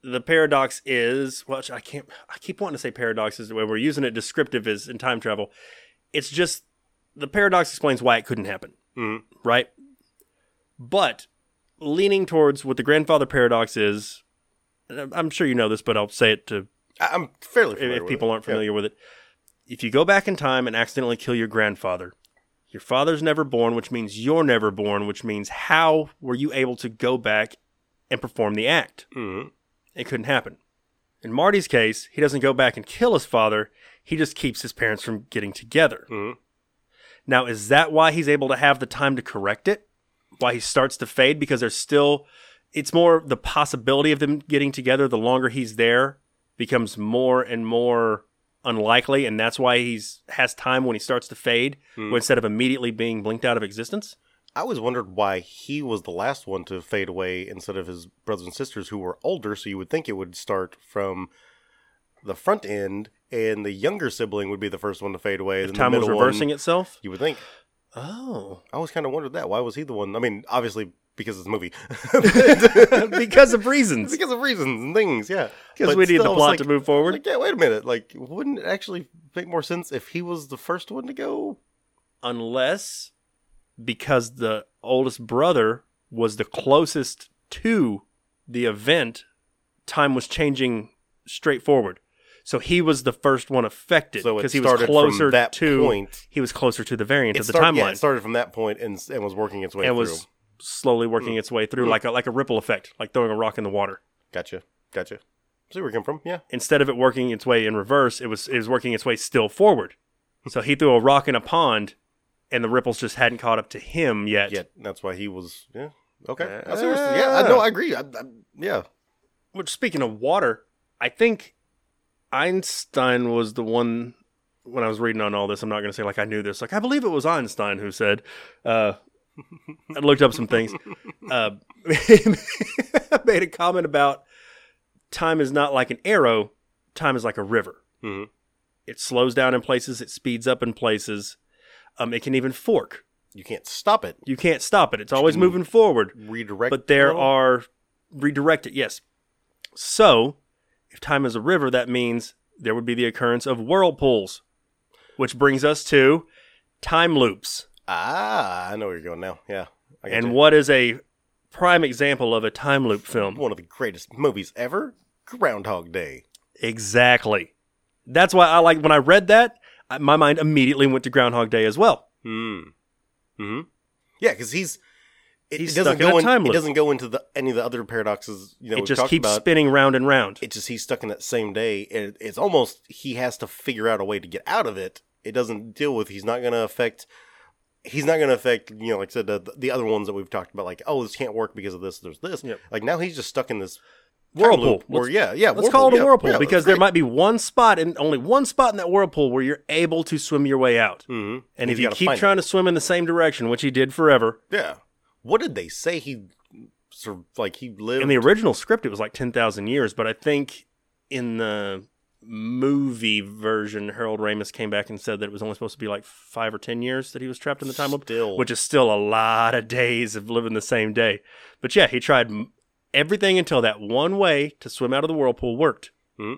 [SPEAKER 1] the paradox is, well, I can't, I keep wanting to say paradoxes when we're using it descriptive as in time travel. It's just the paradox explains why it couldn't happen.
[SPEAKER 2] Mhm.
[SPEAKER 1] right? But leaning towards what the grandfather paradox is, and I'm sure you know this, but I'll say it to
[SPEAKER 2] I- I'm fairly familiar
[SPEAKER 1] if
[SPEAKER 2] with
[SPEAKER 1] people
[SPEAKER 2] it.
[SPEAKER 1] aren't
[SPEAKER 2] Yeah.
[SPEAKER 1] familiar with it. If you go back in time and accidentally kill your grandfather, your father's never born, which means you're never born, which means how were you able to go back and perform the act?
[SPEAKER 2] Mhm.
[SPEAKER 1] It couldn't happen. In Marty's case, he doesn't go back and kill his father, he just keeps his parents from getting together.
[SPEAKER 2] Mhm.
[SPEAKER 1] Now, is that why he's able to have the time to correct it? Why he starts to fade? Because there's still, it's more the possibility of them getting together the longer he's there becomes more and more unlikely. And that's why he's has time when he starts to fade
[SPEAKER 2] Hmm.
[SPEAKER 1] instead of immediately being blinked out of existence.
[SPEAKER 2] I always wondered why he was the last one to fade away instead of his brothers and sisters who were older, so you would think it would start from the front end and the younger sibling would be the first one to fade away.
[SPEAKER 1] If time was reversing itself.
[SPEAKER 2] You would think.
[SPEAKER 1] Oh.
[SPEAKER 2] I always kind of wondered that. Why was he the one? I mean, obviously because it's a movie.
[SPEAKER 1] because of reasons.
[SPEAKER 2] because of reasons and things, yeah.
[SPEAKER 1] Because
[SPEAKER 2] But
[SPEAKER 1] we need the
[SPEAKER 2] still, I was
[SPEAKER 1] plot
[SPEAKER 2] like-
[SPEAKER 1] to move
[SPEAKER 2] I was
[SPEAKER 1] forward.
[SPEAKER 2] Like, yeah, wait a minute. Like, wouldn't it actually make more sense if he was the first one to go?
[SPEAKER 1] unless because the oldest brother was the closest to the event, time was changing straightforward. So he was the first one affected
[SPEAKER 2] So it
[SPEAKER 1] because he was
[SPEAKER 2] started from
[SPEAKER 1] closer
[SPEAKER 2] that
[SPEAKER 1] to
[SPEAKER 2] point.
[SPEAKER 1] he was closer to the variant of the
[SPEAKER 2] start- yeah,
[SPEAKER 1] timeline
[SPEAKER 2] it started from that point and, s- and was working its way
[SPEAKER 1] and
[SPEAKER 2] through. Mm.
[SPEAKER 1] was slowly working its way through like a, like a ripple effect, like throwing a rock in the water.
[SPEAKER 2] Gotcha. Gotcha. See where we come from. Yeah.
[SPEAKER 1] Instead of it working its way in reverse, it was it was working its way still forward. So he threw a rock in a pond, and the ripples just hadn't caught up to him yet.
[SPEAKER 2] Yeah. That's why he was. Yeah. Okay.
[SPEAKER 1] Uh,
[SPEAKER 2] I see what you're- yeah. I know. I agree. I, I, yeah.
[SPEAKER 1] Which, speaking of water, I think Einstein was the one when I was reading on all this. I'm not going to say like I knew this. Like I believe it was Einstein who said. Uh, I looked up some things. Uh, made a comment about time is not like an arrow, time is like a river.
[SPEAKER 2] Mhm.
[SPEAKER 1] It slows down in places, it speeds up in places. Um, it can even fork.
[SPEAKER 2] You can't stop it.
[SPEAKER 1] You can't stop it. It's always moving forward.
[SPEAKER 2] Redirect.
[SPEAKER 1] But there
[SPEAKER 2] Oh.
[SPEAKER 1] are redirect it, yes. So, if time is a river, that means there would be the occurrence of whirlpools, which brings us to time loops.
[SPEAKER 2] Ah, I know where you're going now. Yeah. I got
[SPEAKER 1] And
[SPEAKER 2] you.
[SPEAKER 1] what is a prime example of a time loop film?
[SPEAKER 2] one of the greatest movies ever Groundhog Day.
[SPEAKER 1] Exactly. That's why I like when I read that, I, my mind immediately went to Groundhog Day as well.
[SPEAKER 2] Hmm. Hmm. Yeah, because he's it,
[SPEAKER 1] He's
[SPEAKER 2] it doesn't
[SPEAKER 1] stuck in
[SPEAKER 2] go
[SPEAKER 1] a
[SPEAKER 2] in,
[SPEAKER 1] time
[SPEAKER 2] It
[SPEAKER 1] loop.
[SPEAKER 2] doesn't go into the any of the other paradoxes. You know,
[SPEAKER 1] it
[SPEAKER 2] we've
[SPEAKER 1] just
[SPEAKER 2] talked
[SPEAKER 1] keeps
[SPEAKER 2] about.
[SPEAKER 1] spinning round and round.
[SPEAKER 2] It's just he's stuck in that same day, and it's almost he has to figure out a way to get out of it. It doesn't deal with. He's not going to affect. He's not going to affect. You know, like I said, the, the other ones that we've talked about, like oh, this can't work because of this. There's this.
[SPEAKER 1] Yep.
[SPEAKER 2] Like now he's just stuck in this time
[SPEAKER 1] Whirlpool.
[SPEAKER 2] loop Where,
[SPEAKER 1] Let's-
[SPEAKER 2] yeah, yeah.
[SPEAKER 1] Let's call it a
[SPEAKER 2] yeah,
[SPEAKER 1] whirlpool
[SPEAKER 2] yeah,
[SPEAKER 1] because there might be one spot and only one spot in that whirlpool where you're able to swim your way out.
[SPEAKER 2] hmm
[SPEAKER 1] And
[SPEAKER 2] He's
[SPEAKER 1] if you
[SPEAKER 2] gotta
[SPEAKER 1] keep
[SPEAKER 2] find it.
[SPEAKER 1] trying to swim in the same direction, which he did forever,
[SPEAKER 2] Yeah. What did they say he sur- like he lived
[SPEAKER 1] in the original script it was like 10,000 years, but I think in the movie version Harold Ramis came back and said that it was only supposed to be like 5 or 10 years that he was trapped in the time loop,
[SPEAKER 2] still
[SPEAKER 1] which is still a lot of days of living the same day. But yeah, he tried m- everything until that one way to swim out of the whirlpool worked.
[SPEAKER 2] Mhm.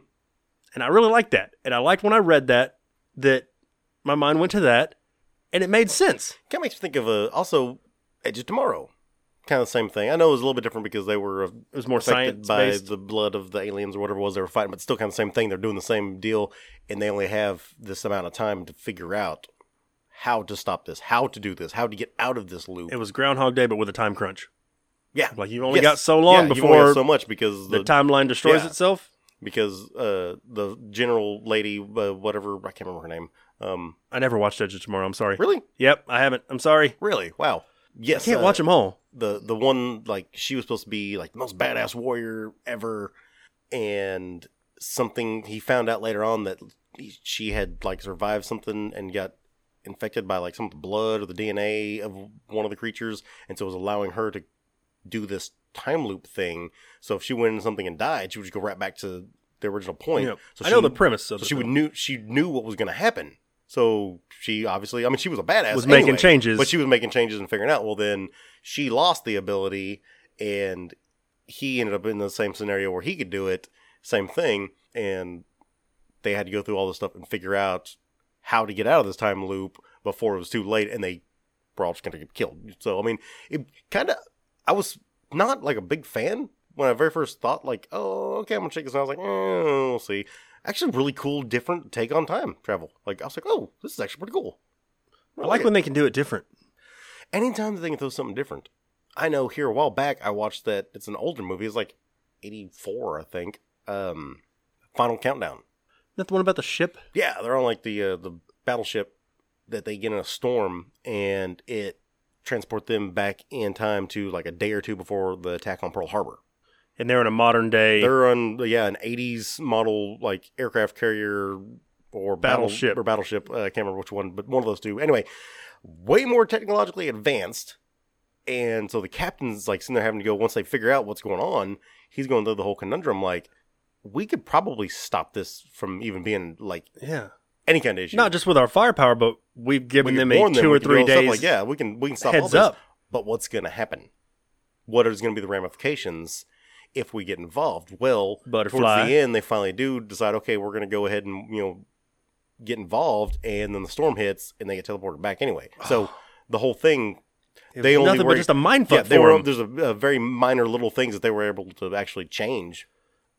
[SPEAKER 1] And I really liked that. And I liked when I read that that my mind went to that and it made sense.
[SPEAKER 2] kind of makes me think of a also Edge of Tomorrow. Kind of the same thing. I know it was a little bit different because they were uh, affected
[SPEAKER 1] It was more science
[SPEAKER 2] by
[SPEAKER 1] based.
[SPEAKER 2] the blood of the aliens or whatever it was they were fighting, but still kind of the same thing. They're doing the same deal, and they only have this amount of time to figure out how to stop this, how to do this, how to get out of this loop.
[SPEAKER 1] It was Groundhog Day but with a time crunch.
[SPEAKER 2] yeah,
[SPEAKER 1] Like you've only
[SPEAKER 2] Yes.
[SPEAKER 1] got so long
[SPEAKER 2] Yeah, you've only
[SPEAKER 1] before
[SPEAKER 2] got so much because
[SPEAKER 1] the, timeline destroys
[SPEAKER 2] yeah.
[SPEAKER 1] itself.
[SPEAKER 2] because uh, the general lady, uh, whatever I can't remember her name. Um,
[SPEAKER 1] I never watched Edge of Tomorrow. I'm sorry.
[SPEAKER 2] really,
[SPEAKER 1] Yep, I haven't. I'm sorry.
[SPEAKER 2] really, wow.
[SPEAKER 1] I
[SPEAKER 2] Yes,
[SPEAKER 1] can't
[SPEAKER 2] uh,
[SPEAKER 1] watch them all.
[SPEAKER 2] the the one like she was supposed to be like the most badass warrior ever, and something he found out later on that he- she had like survived something and got infected by like some of the blood or the DNA of one of the creatures, and so it was allowing her to do this time loop thing. So if she went into something and died, she would just go right back to the original point.
[SPEAKER 1] Yep.
[SPEAKER 2] So
[SPEAKER 1] I know
[SPEAKER 2] she-
[SPEAKER 1] the premise of
[SPEAKER 2] So
[SPEAKER 1] the
[SPEAKER 2] she would
[SPEAKER 1] film.
[SPEAKER 2] knew she knew what was going to happen. So she obviously, I mean, she was a badass.
[SPEAKER 1] was making
[SPEAKER 2] anyway,
[SPEAKER 1] changes.
[SPEAKER 2] but she was making changes and figuring out. Well, then she lost the ability, and he ended up in the same scenario where he could do it, same thing, and they had to go through all this stuff and figure out how to get out of this time loop before it was too late, and they were all just going to get killed. So I mean, it kind of I was not like a big fan when I very first thought like, oh, okay, I'm gonna check this out. I was like, eh, we'll see. Actually, really cool, different take on time travel. Like I was like, oh, this is actually pretty cool.
[SPEAKER 1] I like
[SPEAKER 2] it.
[SPEAKER 1] when they can do it different.
[SPEAKER 2] anytime they can throw something different. I know here a while back I watched that it's an older movie. It's like eighty four, I think. Um, Final Countdown.
[SPEAKER 1] Not the one about the ship.
[SPEAKER 2] Yeah, they're on like the uh, the battleship that they get in a storm and it transport them back in time to like a day or two before the attack on Pearl Harbor.
[SPEAKER 1] And they're in a modern day.
[SPEAKER 2] They're on yeah an '80s model like aircraft carrier or battle-
[SPEAKER 1] Battleship.
[SPEAKER 2] or battleship. Uh, I can't remember which one, but one of those two. Anyway, way more technologically advanced, and so the captain's like sitting there having to go once they figure out what's going on. He's going through the whole conundrum like we could probably stop this from even being like
[SPEAKER 1] yeah.
[SPEAKER 2] any kind of issue.
[SPEAKER 1] Not just with our firepower, but we've
[SPEAKER 2] We
[SPEAKER 1] given
[SPEAKER 2] could
[SPEAKER 1] them a
[SPEAKER 2] warn
[SPEAKER 1] two
[SPEAKER 2] we
[SPEAKER 1] or
[SPEAKER 2] could do all
[SPEAKER 1] three
[SPEAKER 2] this stuff
[SPEAKER 1] days
[SPEAKER 2] Like yeah, we can we can stop all
[SPEAKER 1] heads
[SPEAKER 2] this
[SPEAKER 1] up.
[SPEAKER 2] but what's going to happen? What is going to be the ramifications if we get involved? Well,
[SPEAKER 1] Butterfly.
[SPEAKER 2] towards the end, they finally do decide, okay, we're going to go ahead and you know get involved, and then the storm hits, and they get teleported back anyway. So the whole thing,
[SPEAKER 1] It
[SPEAKER 2] They
[SPEAKER 1] was
[SPEAKER 2] only
[SPEAKER 1] nothing
[SPEAKER 2] were-
[SPEAKER 1] but just a mind
[SPEAKER 2] yeah,
[SPEAKER 1] fuck
[SPEAKER 2] they
[SPEAKER 1] for
[SPEAKER 2] were
[SPEAKER 1] 'em.
[SPEAKER 2] there's a, a very minor little things that they were able to actually change.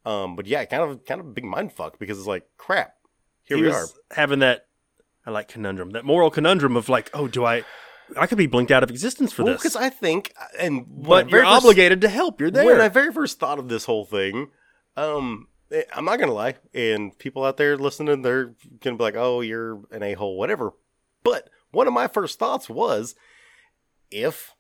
[SPEAKER 2] Um, but yeah, kind of kind of a big mind fuck because it's like crap. Here
[SPEAKER 1] He
[SPEAKER 2] we
[SPEAKER 1] was
[SPEAKER 2] are.
[SPEAKER 1] having that. I like conundrum, that moral conundrum of like, oh, do I? I could be blinked out of existence for
[SPEAKER 2] Well,
[SPEAKER 1] this.
[SPEAKER 2] because I think, and when I
[SPEAKER 1] but you're
[SPEAKER 2] very first-
[SPEAKER 1] obligated to help. You're there.
[SPEAKER 2] When I very first thought of this whole thing, um, eh, I'm not gonna lie, and people out there listening, they're gonna be like, "Oh, you're an a hole, whatever." But one of my first thoughts was, if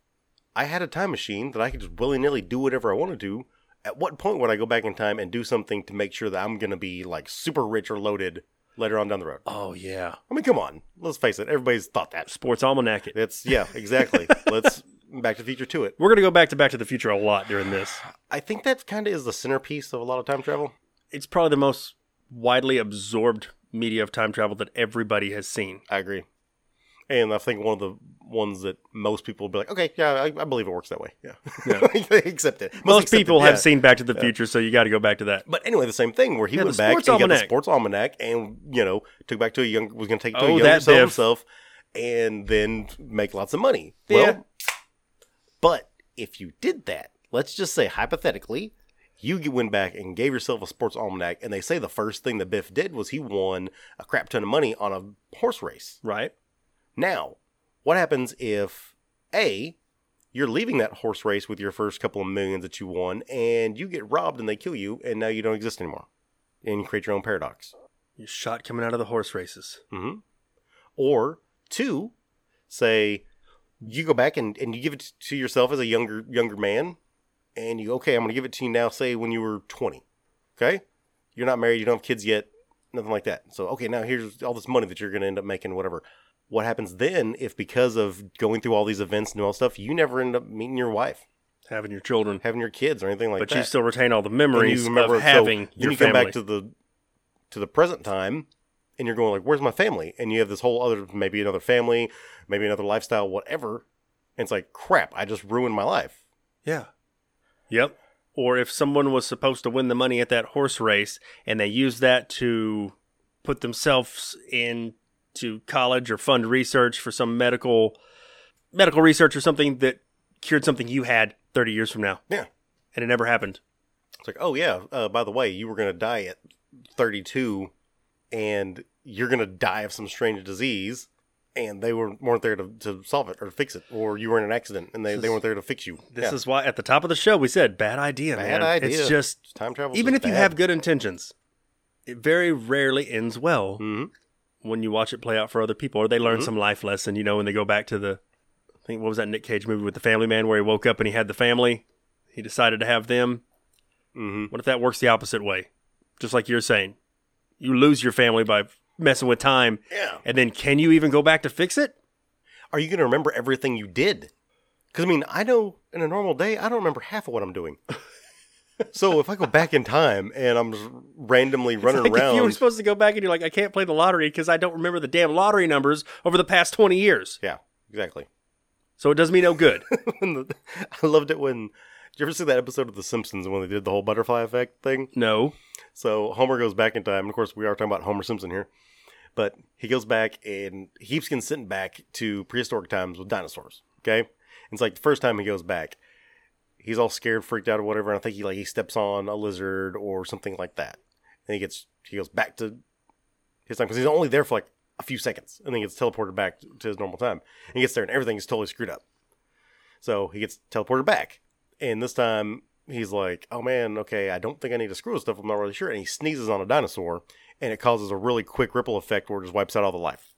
[SPEAKER 2] I had a time machine that I could just willy nilly do whatever I wanted to, at what point would I go back in time and do something to make sure that I'm gonna be like super rich or loaded later on down the road?
[SPEAKER 1] oh yeah,
[SPEAKER 2] I mean, come on, let's face it, everybody's thought that.
[SPEAKER 1] sports almanac. It.
[SPEAKER 2] That's yeah, exactly. Let's Back to the Future to it.
[SPEAKER 1] We're going to go back to Back to the Future a lot during this.
[SPEAKER 2] I think that kind of is the centerpiece of a lot of time travel.
[SPEAKER 1] It's probably the most widely absorbed media of time travel that everybody has seen.
[SPEAKER 2] I agree. And I think one of the ones that most people will be like, okay, yeah, I, I believe it works that way. Yeah. they accept it.
[SPEAKER 1] Most
[SPEAKER 2] accept it,
[SPEAKER 1] people
[SPEAKER 2] yeah.
[SPEAKER 1] have seen Back to the Future, so you got to go back to that.
[SPEAKER 2] But anyway, the same thing where he
[SPEAKER 1] Yeah, the
[SPEAKER 2] went back and
[SPEAKER 1] sports
[SPEAKER 2] he got the
[SPEAKER 1] almanac.
[SPEAKER 2] sports almanac and, you know, took back to a young, was going to take it to
[SPEAKER 1] Oh,
[SPEAKER 2] a younger
[SPEAKER 1] that
[SPEAKER 2] self
[SPEAKER 1] Biff.
[SPEAKER 2] himself and then make lots of money.
[SPEAKER 1] Yeah.
[SPEAKER 2] Well, but if you did that, let's just say hypothetically, you g- went back and gave yourself a sports almanac, and they say the first thing that Biff did was he won a crap ton of money on a horse race.
[SPEAKER 1] Right?
[SPEAKER 2] Now, what happens if A, you're leaving that horse race with your first couple of millions that you won, and you get robbed and they kill you, and now you don't exist anymore, and you create your own paradox?
[SPEAKER 1] You're shot coming out of the horse races.
[SPEAKER 2] hmm Or two, say you go back and, and you give it to yourself as a younger younger man, and you go, okay, I'm going to give it to you now. Say when you were 20, okay, you're not married, you don't have kids yet, nothing like that. So okay, now here's all this money that you're going to end up making, whatever. What happens then if because of going through all these events and all stuff, you never end up meeting your wife,
[SPEAKER 1] Having your children.
[SPEAKER 2] having your kids, or anything like
[SPEAKER 1] but
[SPEAKER 2] that?
[SPEAKER 1] you still retain all the
[SPEAKER 2] And
[SPEAKER 1] memories of having
[SPEAKER 2] then
[SPEAKER 1] your
[SPEAKER 2] you
[SPEAKER 1] family.
[SPEAKER 2] come back to the to the present time and you're going like where's my family and you have this whole other maybe another family maybe another lifestyle whatever and it's like crap i just ruined my life
[SPEAKER 1] yeah. Yep. Or if someone was supposed to win the money at that horse race and they used that to put themselves into college or fund research for some medical medical research or something that cured something you had 30 years from now
[SPEAKER 2] yeah
[SPEAKER 1] and it never happened.
[SPEAKER 2] it's like oh yeah uh, by the way you were going to die at 32 and you're going to die of some strange disease and they were, weren't there to, to solve it or fix it or you were in an accident and they, they weren't there to fix you
[SPEAKER 1] This
[SPEAKER 2] Yeah.
[SPEAKER 1] is why at the top of the show we said bad idea,
[SPEAKER 2] Bad
[SPEAKER 1] man.
[SPEAKER 2] idea.
[SPEAKER 1] It's just
[SPEAKER 2] time travel
[SPEAKER 1] even if you have good intentions, it very rarely ends well
[SPEAKER 2] hmm
[SPEAKER 1] when you watch it play out for other people, or they
[SPEAKER 2] Mm-hmm.
[SPEAKER 1] learn some life lesson. You know, when they go back to the, I think what was that Nick Cage movie with the Family Man where he woke up and he had the family, he decided to have them.
[SPEAKER 2] hmm
[SPEAKER 1] What if that works the opposite way? Just like you're saying, you lose your family by messing with time,
[SPEAKER 2] yeah
[SPEAKER 1] and then can you even go back to fix it?
[SPEAKER 2] are you going to remember everything you did? Because, I mean, I know in a normal day, I don't remember half of what I'm doing. so if I go back in time and I'm just randomly running
[SPEAKER 1] Like if
[SPEAKER 2] around.
[SPEAKER 1] you were supposed to go back and you're like, I can't play the lottery because I don't remember the damn lottery numbers over the past 20 years.
[SPEAKER 2] yeah, exactly.
[SPEAKER 1] So it does me no good.
[SPEAKER 2] And the- I loved it when. Did you ever see that episode of The Simpsons when they did the whole butterfly effect thing?
[SPEAKER 1] no.
[SPEAKER 2] So Homer goes back in time. And of course, we are talking about Homer Simpson here. But he goes back and he's getting sent back to prehistoric times with dinosaurs. Okay. And it's like the first time he goes back, he's all scared, freaked out, or whatever. And I think he like he steps on a lizard or something like that. And he gets he goes back to his time because he's only there for like a few seconds and then gets teleported back to his normal time. And he gets there and everything's totally screwed up. So he gets teleported back. And this time he's like, oh man, okay, I don't think I need to screw with stuff. I'm not really sure. And he sneezes on a dinosaur and it causes a really quick ripple effect where it just wipes out all the life.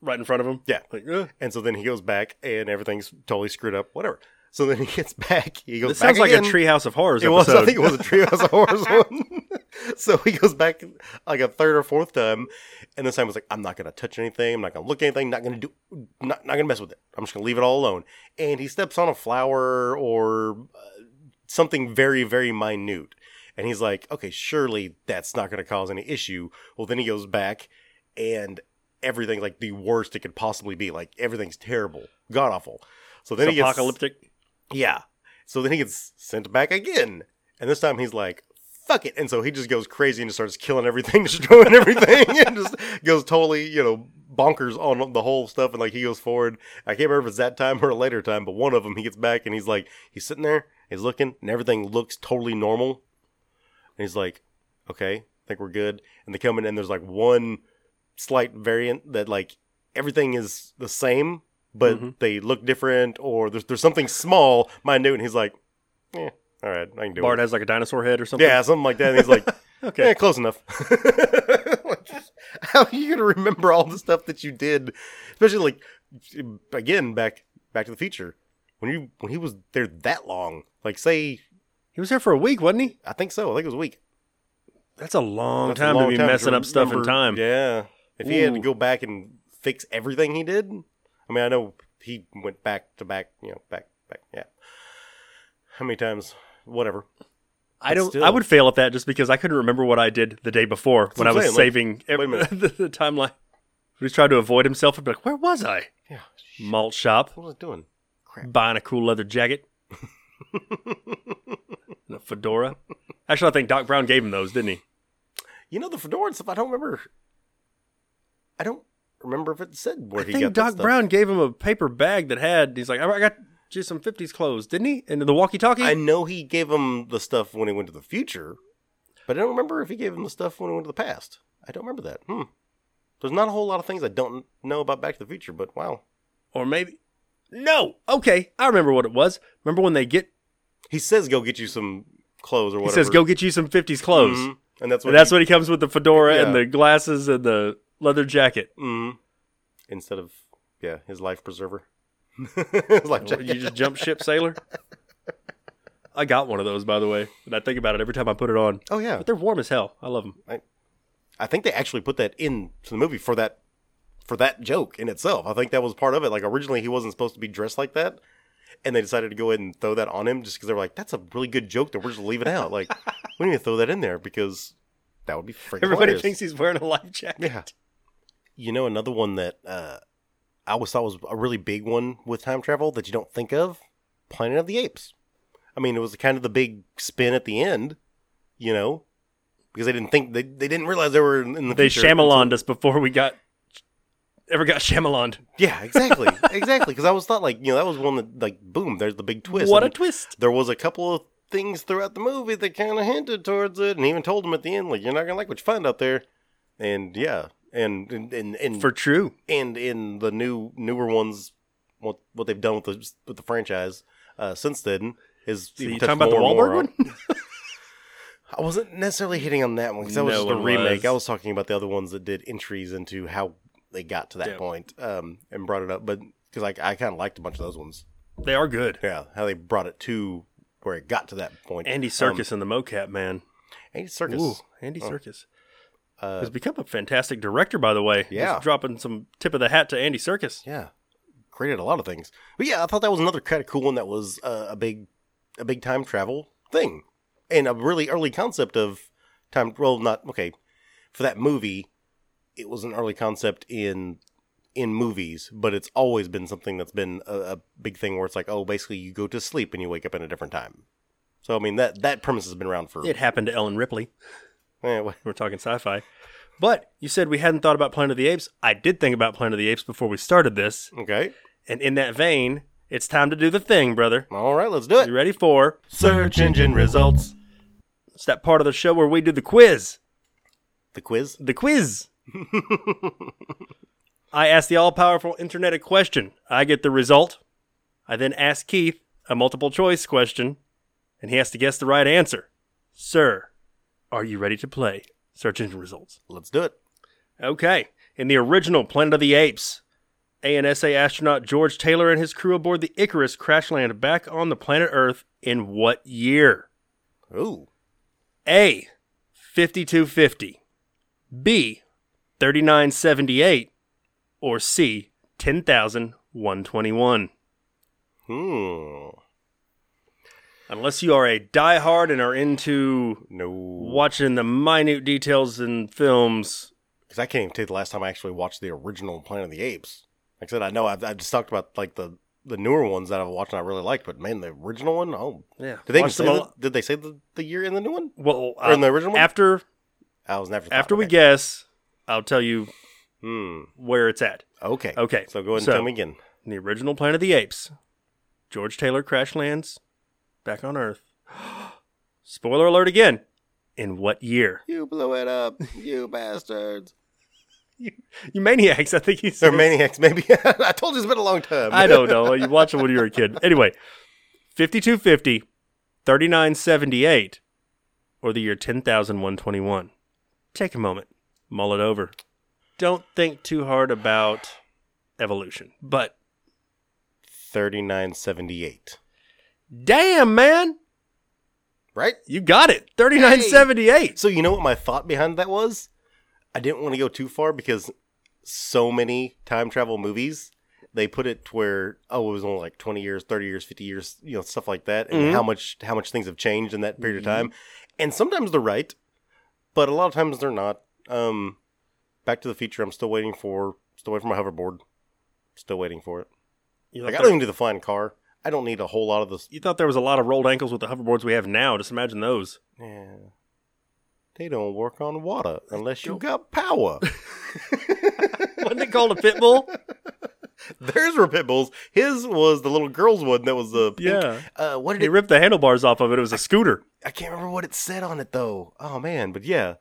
[SPEAKER 1] Right in front of him?
[SPEAKER 2] Yeah.
[SPEAKER 1] Like, eh.
[SPEAKER 2] And so then he goes back and everything's totally screwed up, whatever. So then he gets back. He goes
[SPEAKER 1] This
[SPEAKER 2] back
[SPEAKER 1] sounds like a
[SPEAKER 2] again.
[SPEAKER 1] Treehouse of Horrors
[SPEAKER 2] It was,
[SPEAKER 1] episode.
[SPEAKER 2] I think it was a Treehouse of Horrors one. so he goes back like a third or fourth time, and this time was like, I'm not gonna touch anything. I'm not gonna look at anything. Not gonna do. Not not gonna mess with it. I'm just gonna leave it all alone. And he steps on a flower or uh, something very very minute, and he's like, okay, surely that's not gonna cause any issue. Well, then he goes back, and everything like the worst it could possibly be. Like everything's terrible, god awful. So then
[SPEAKER 1] It's
[SPEAKER 2] he gets
[SPEAKER 1] apocalyptic.
[SPEAKER 2] yeah. So then he gets sent back again. And this time he's like, fuck it. And so he just goes crazy and just starts killing everything, destroying everything, and just goes totally, you know, bonkers on the whole stuff. And like he goes forward. I can't remember if it's that time or a later time, but one of them he gets back and he's like, he's sitting there, he's looking, and everything looks totally normal. And he's like, okay, I think we're good. And they come in and there's like one slight variant that like everything is the same, but
[SPEAKER 1] Mhm.
[SPEAKER 2] they look different or there's, there's something small, minute. And he's like, yeah, all right, I can do
[SPEAKER 1] Bart
[SPEAKER 2] it.
[SPEAKER 1] has like a dinosaur head or something.
[SPEAKER 2] Yeah, something like that. And he's like,
[SPEAKER 1] Okay.
[SPEAKER 2] yeah, close enough. Like, how are you going to remember all the stuff that you did? Especially like, again, back back to the future. When you when he was there that long, like say,
[SPEAKER 1] He was there for a week, wasn't he?
[SPEAKER 2] I think so. I think it was a week.
[SPEAKER 1] That's a long
[SPEAKER 2] That's a
[SPEAKER 1] time
[SPEAKER 2] long
[SPEAKER 1] to be messing up stuff in
[SPEAKER 2] remember-
[SPEAKER 1] time.
[SPEAKER 2] Yeah. If he had to
[SPEAKER 1] Ooh.
[SPEAKER 2] go back and fix everything he did, I mean, I know he went back to back, you know, back back. Yeah. How many times? Whatever.
[SPEAKER 1] I don't.
[SPEAKER 2] still.
[SPEAKER 1] I would fail at that just because I couldn't remember what I did the day before when I
[SPEAKER 2] what
[SPEAKER 1] was
[SPEAKER 2] I'm
[SPEAKER 1] saving
[SPEAKER 2] saying,
[SPEAKER 1] ev-
[SPEAKER 2] like, wait a
[SPEAKER 1] the, the timeline. He was trying to avoid himself and be like, "Where was I?
[SPEAKER 2] Yeah.
[SPEAKER 1] Malt shop,
[SPEAKER 2] What was I doing?
[SPEAKER 1] buying a cool leather jacket, and a fedora." Actually, I think Doc Brown gave him those, didn't he?
[SPEAKER 2] You know the fedora and stuff. I don't remember. I don't remember if it said where
[SPEAKER 1] I
[SPEAKER 2] he
[SPEAKER 1] think
[SPEAKER 2] got that
[SPEAKER 1] Doc
[SPEAKER 2] stuff.
[SPEAKER 1] Brown gave him a paper bag that had. He's like, "I got you some '50s clothes, didn't he?" And the walkie-talkie.
[SPEAKER 2] I know he gave him the stuff when he went to the future, but I don't remember if he gave him the stuff when he went to the past. I don't remember that. Hmm. There's not a whole lot of things I don't know about Back to the Future, but wow.
[SPEAKER 1] or maybe no. Okay, I remember what it was. Remember when they get?
[SPEAKER 2] He says go get you some clothes or
[SPEAKER 1] He
[SPEAKER 2] whatever.
[SPEAKER 1] says, "Go get you some '50s clothes."
[SPEAKER 2] Mhm. And that's what
[SPEAKER 1] And that's
[SPEAKER 2] he-
[SPEAKER 1] when he comes with the fedora and
[SPEAKER 2] Yeah.
[SPEAKER 1] the glasses and the leather jacket.
[SPEAKER 2] Mhm. instead of yeah, his life preserver. His life
[SPEAKER 1] What,
[SPEAKER 2] jacket.
[SPEAKER 1] you just jump ship sailor. I got one of those, by the way, and I think about it every time I put it on.
[SPEAKER 2] oh yeah.
[SPEAKER 1] But they're warm as hell. I love them.
[SPEAKER 2] I think they actually put that into the movie for that for that joke in itself. I think that was part of it. Like originally he wasn't supposed to be dressed like that, and they decided to go ahead and throw that on him just because they were like, "That's a really good joke that we're just leaving out." Like we need to throw that in there because that would be freaking.
[SPEAKER 1] Everybody
[SPEAKER 2] hilarious.
[SPEAKER 1] thinks he's wearing a life jacket.
[SPEAKER 2] yeah. You know another one that uh, I always thought was a really big one with time travel that you don't think of, Planet of the Apes. I mean, it was kind of the big spin at the end, you know, because they didn't think they, they didn't realize they were in in the
[SPEAKER 1] They
[SPEAKER 2] future.
[SPEAKER 1] Shyamalan'd us before we got ever got Shyamalan'd.
[SPEAKER 2] Yeah, exactly, exactly. Because I was thought like you know that was one that like boom, there's the big twist.
[SPEAKER 1] What a
[SPEAKER 2] And
[SPEAKER 1] twist!
[SPEAKER 2] there was a couple of things throughout the movie that kind of hinted towards it, and even told him at the end like you're not gonna like what you find out there, and yeah, and and and, and
[SPEAKER 1] For true.
[SPEAKER 2] and in the new newer ones, what what they've done with the with the franchise uh, since then is
[SPEAKER 1] So
[SPEAKER 2] even
[SPEAKER 1] you
[SPEAKER 2] touched
[SPEAKER 1] talking about the
[SPEAKER 2] more and more
[SPEAKER 1] Wahlberg
[SPEAKER 2] on-
[SPEAKER 1] one?
[SPEAKER 2] I wasn't necessarily hitting on that one because that was
[SPEAKER 1] No
[SPEAKER 2] just a
[SPEAKER 1] one
[SPEAKER 2] remake.
[SPEAKER 1] was.
[SPEAKER 2] I was talking about the other ones that did entries into how they got to that
[SPEAKER 1] Yeah.
[SPEAKER 2] point, um, and brought it up. But because like I kind of liked a bunch of those ones,
[SPEAKER 1] They are good.
[SPEAKER 2] yeah, how they brought it to where it got to that point. Um,
[SPEAKER 1] Andy Circus and the mocap man.
[SPEAKER 2] Andy Circus.
[SPEAKER 1] Ooh, Andy Circus
[SPEAKER 2] Uh,
[SPEAKER 1] has become a fantastic director, by the way.
[SPEAKER 2] Yeah.
[SPEAKER 1] Just dropping some tip of the hat to Andy Circus.
[SPEAKER 2] Yeah, created a lot of things. But yeah, I thought that was another kind of cool one that was uh, a big, a big time travel thing, and a really early concept of time. Well, not okay for that movie. It was an early concept in in movies, but it's always been something that's been a, a big thing where it's like, oh, basically you go to sleep and you wake up in a different time. So I mean that that premise has been around for.
[SPEAKER 1] It happened to Ellen Ripley.
[SPEAKER 2] eh, wha-
[SPEAKER 1] We're talking sci-fi. But you said we hadn't thought about Planet of the Apes. I did think about Planet of the Apes before we started this.
[SPEAKER 2] okay,
[SPEAKER 1] And in that vein, it's time to do the thing, brother.
[SPEAKER 2] all right, let's do
[SPEAKER 1] You
[SPEAKER 2] it.
[SPEAKER 1] ready for?
[SPEAKER 2] Search engine results.
[SPEAKER 1] It's that part of the show where we do the quiz.
[SPEAKER 2] The quiz.
[SPEAKER 1] The quiz. I ask the all-powerful internet a question. I get the result. I then ask Keith a multiple choice question, and he has to guess the right answer. Sir, are you ready to play? Search engine results.
[SPEAKER 2] Let's do it.
[SPEAKER 1] Okay. In the original Planet of the Apes, ANSA astronaut George Taylor and his crew aboard the Icarus crash land back on the planet Earth in what year?
[SPEAKER 2] Ooh.
[SPEAKER 1] A. 5250. B. 3978. Or C. 10121.
[SPEAKER 2] Hmm.
[SPEAKER 1] Unless you are a diehard and are into
[SPEAKER 2] No.
[SPEAKER 1] watching the minute details in films,
[SPEAKER 2] because I can't even tell you the last time I actually watched the original Planet of the Apes. Like I said, I know I've, I've just talked about like the the newer ones that I've watched and I really liked, but man, the original one, oh,
[SPEAKER 1] yeah.
[SPEAKER 2] did they even
[SPEAKER 1] watch
[SPEAKER 2] say
[SPEAKER 1] them
[SPEAKER 2] the,
[SPEAKER 1] all-
[SPEAKER 2] did they say the, the year in the new one?
[SPEAKER 1] Well,
[SPEAKER 2] Or in the
[SPEAKER 1] uh,
[SPEAKER 2] original one?
[SPEAKER 1] after
[SPEAKER 2] I was never
[SPEAKER 1] after we guess, I'll tell you
[SPEAKER 2] hmm
[SPEAKER 1] where it's at.
[SPEAKER 2] okay
[SPEAKER 1] Okay,
[SPEAKER 2] so go ahead and
[SPEAKER 1] so-
[SPEAKER 2] tell me again.
[SPEAKER 1] In the original Planet of the Apes, George Taylor crash lands back on Earth. Spoiler alert again. In what year?
[SPEAKER 2] You blew it up, you bastards!
[SPEAKER 1] You maniacs, I think he's.
[SPEAKER 2] Or maniacs, maybe. I told you it's been a long time.
[SPEAKER 1] I don't know. You watch it when you were a kid. Anyway, 5250, 3978, or the year 10,121. Take a moment, mull it over. Don't think too hard about evolution. But
[SPEAKER 2] Thirty nine seventy eight,
[SPEAKER 1] damn, man,
[SPEAKER 2] right?
[SPEAKER 1] you got it. 3978.
[SPEAKER 2] So you know what my thought behind that was? I didn't want to go too far because so many time travel movies they put it to where oh it was only like 20 years 30 years 50 years you know stuff like that and how much how much things have changed in that period of time and sometimes they're right but a lot of times they're not um back to the future i'm still waiting for still waiting for my hoverboard still waiting for it
[SPEAKER 1] You
[SPEAKER 2] like
[SPEAKER 1] thought,
[SPEAKER 2] i
[SPEAKER 1] there,
[SPEAKER 2] don't even do the flying car i don't need a whole lot of this
[SPEAKER 1] you thought there was a lot of rolled ankles with the hoverboards we have now. Just imagine those.
[SPEAKER 2] yeah they don't work on water unless you got power
[SPEAKER 1] Wasn't it called a pit bull?
[SPEAKER 2] There's were pit bulls. His was the little girl's one that was the pink.
[SPEAKER 1] Yeah.
[SPEAKER 2] Uh, what did
[SPEAKER 1] They
[SPEAKER 2] it?
[SPEAKER 1] ripped the handlebars off of it. It was a scooter.
[SPEAKER 2] I can't remember what it said on it though. Oh man, but yeah,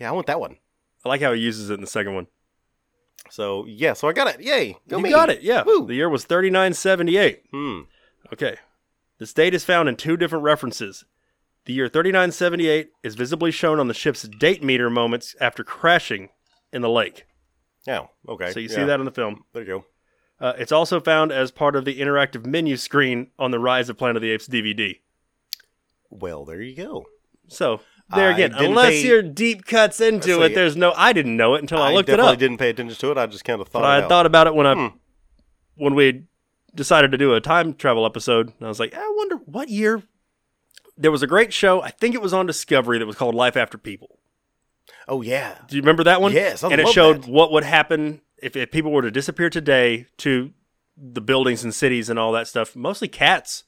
[SPEAKER 2] yeah, I want that one.
[SPEAKER 1] I like how he uses it in the second one.
[SPEAKER 2] So yeah, so I got it. Yay, go
[SPEAKER 1] you
[SPEAKER 2] me.
[SPEAKER 1] got it. Yeah.
[SPEAKER 2] Woo.
[SPEAKER 1] The year was 3978.
[SPEAKER 2] Hmm.
[SPEAKER 1] Okay. This date is found in two different references. The year 3978 is visibly shown on the ship's date meter moments after crashing in the lake.
[SPEAKER 2] Yeah. Oh, Okay.
[SPEAKER 1] So you see
[SPEAKER 2] Yeah.
[SPEAKER 1] that in the film.
[SPEAKER 2] There you go.
[SPEAKER 1] Uh, it's also found as part of the interactive menu screen on the Rise of Planet of the Apes DVD.
[SPEAKER 2] Well, there you go.
[SPEAKER 1] So there
[SPEAKER 2] I
[SPEAKER 1] again,
[SPEAKER 2] didn't
[SPEAKER 1] unless
[SPEAKER 2] pay-
[SPEAKER 1] you're deep cuts into
[SPEAKER 2] Honestly,
[SPEAKER 1] it, there's no. I didn't know it until I, looked it
[SPEAKER 2] definitely
[SPEAKER 1] up.
[SPEAKER 2] didn't pay attention to it. I just kind of thought.
[SPEAKER 1] But I
[SPEAKER 2] it
[SPEAKER 1] had
[SPEAKER 2] out.
[SPEAKER 1] thought about it when I
[SPEAKER 2] Hmm.
[SPEAKER 1] when we decided to do a time travel episode, and I was like, I wonder what year. There was a great show. I think it was on Discovery that was called Life After People.
[SPEAKER 2] Oh yeah.
[SPEAKER 1] Do you remember that one?
[SPEAKER 2] Yes, I
[SPEAKER 1] and it
[SPEAKER 2] love
[SPEAKER 1] showed
[SPEAKER 2] that.
[SPEAKER 1] what would happen if, if people were to disappear today to the buildings and cities and all that stuff. Mostly cats.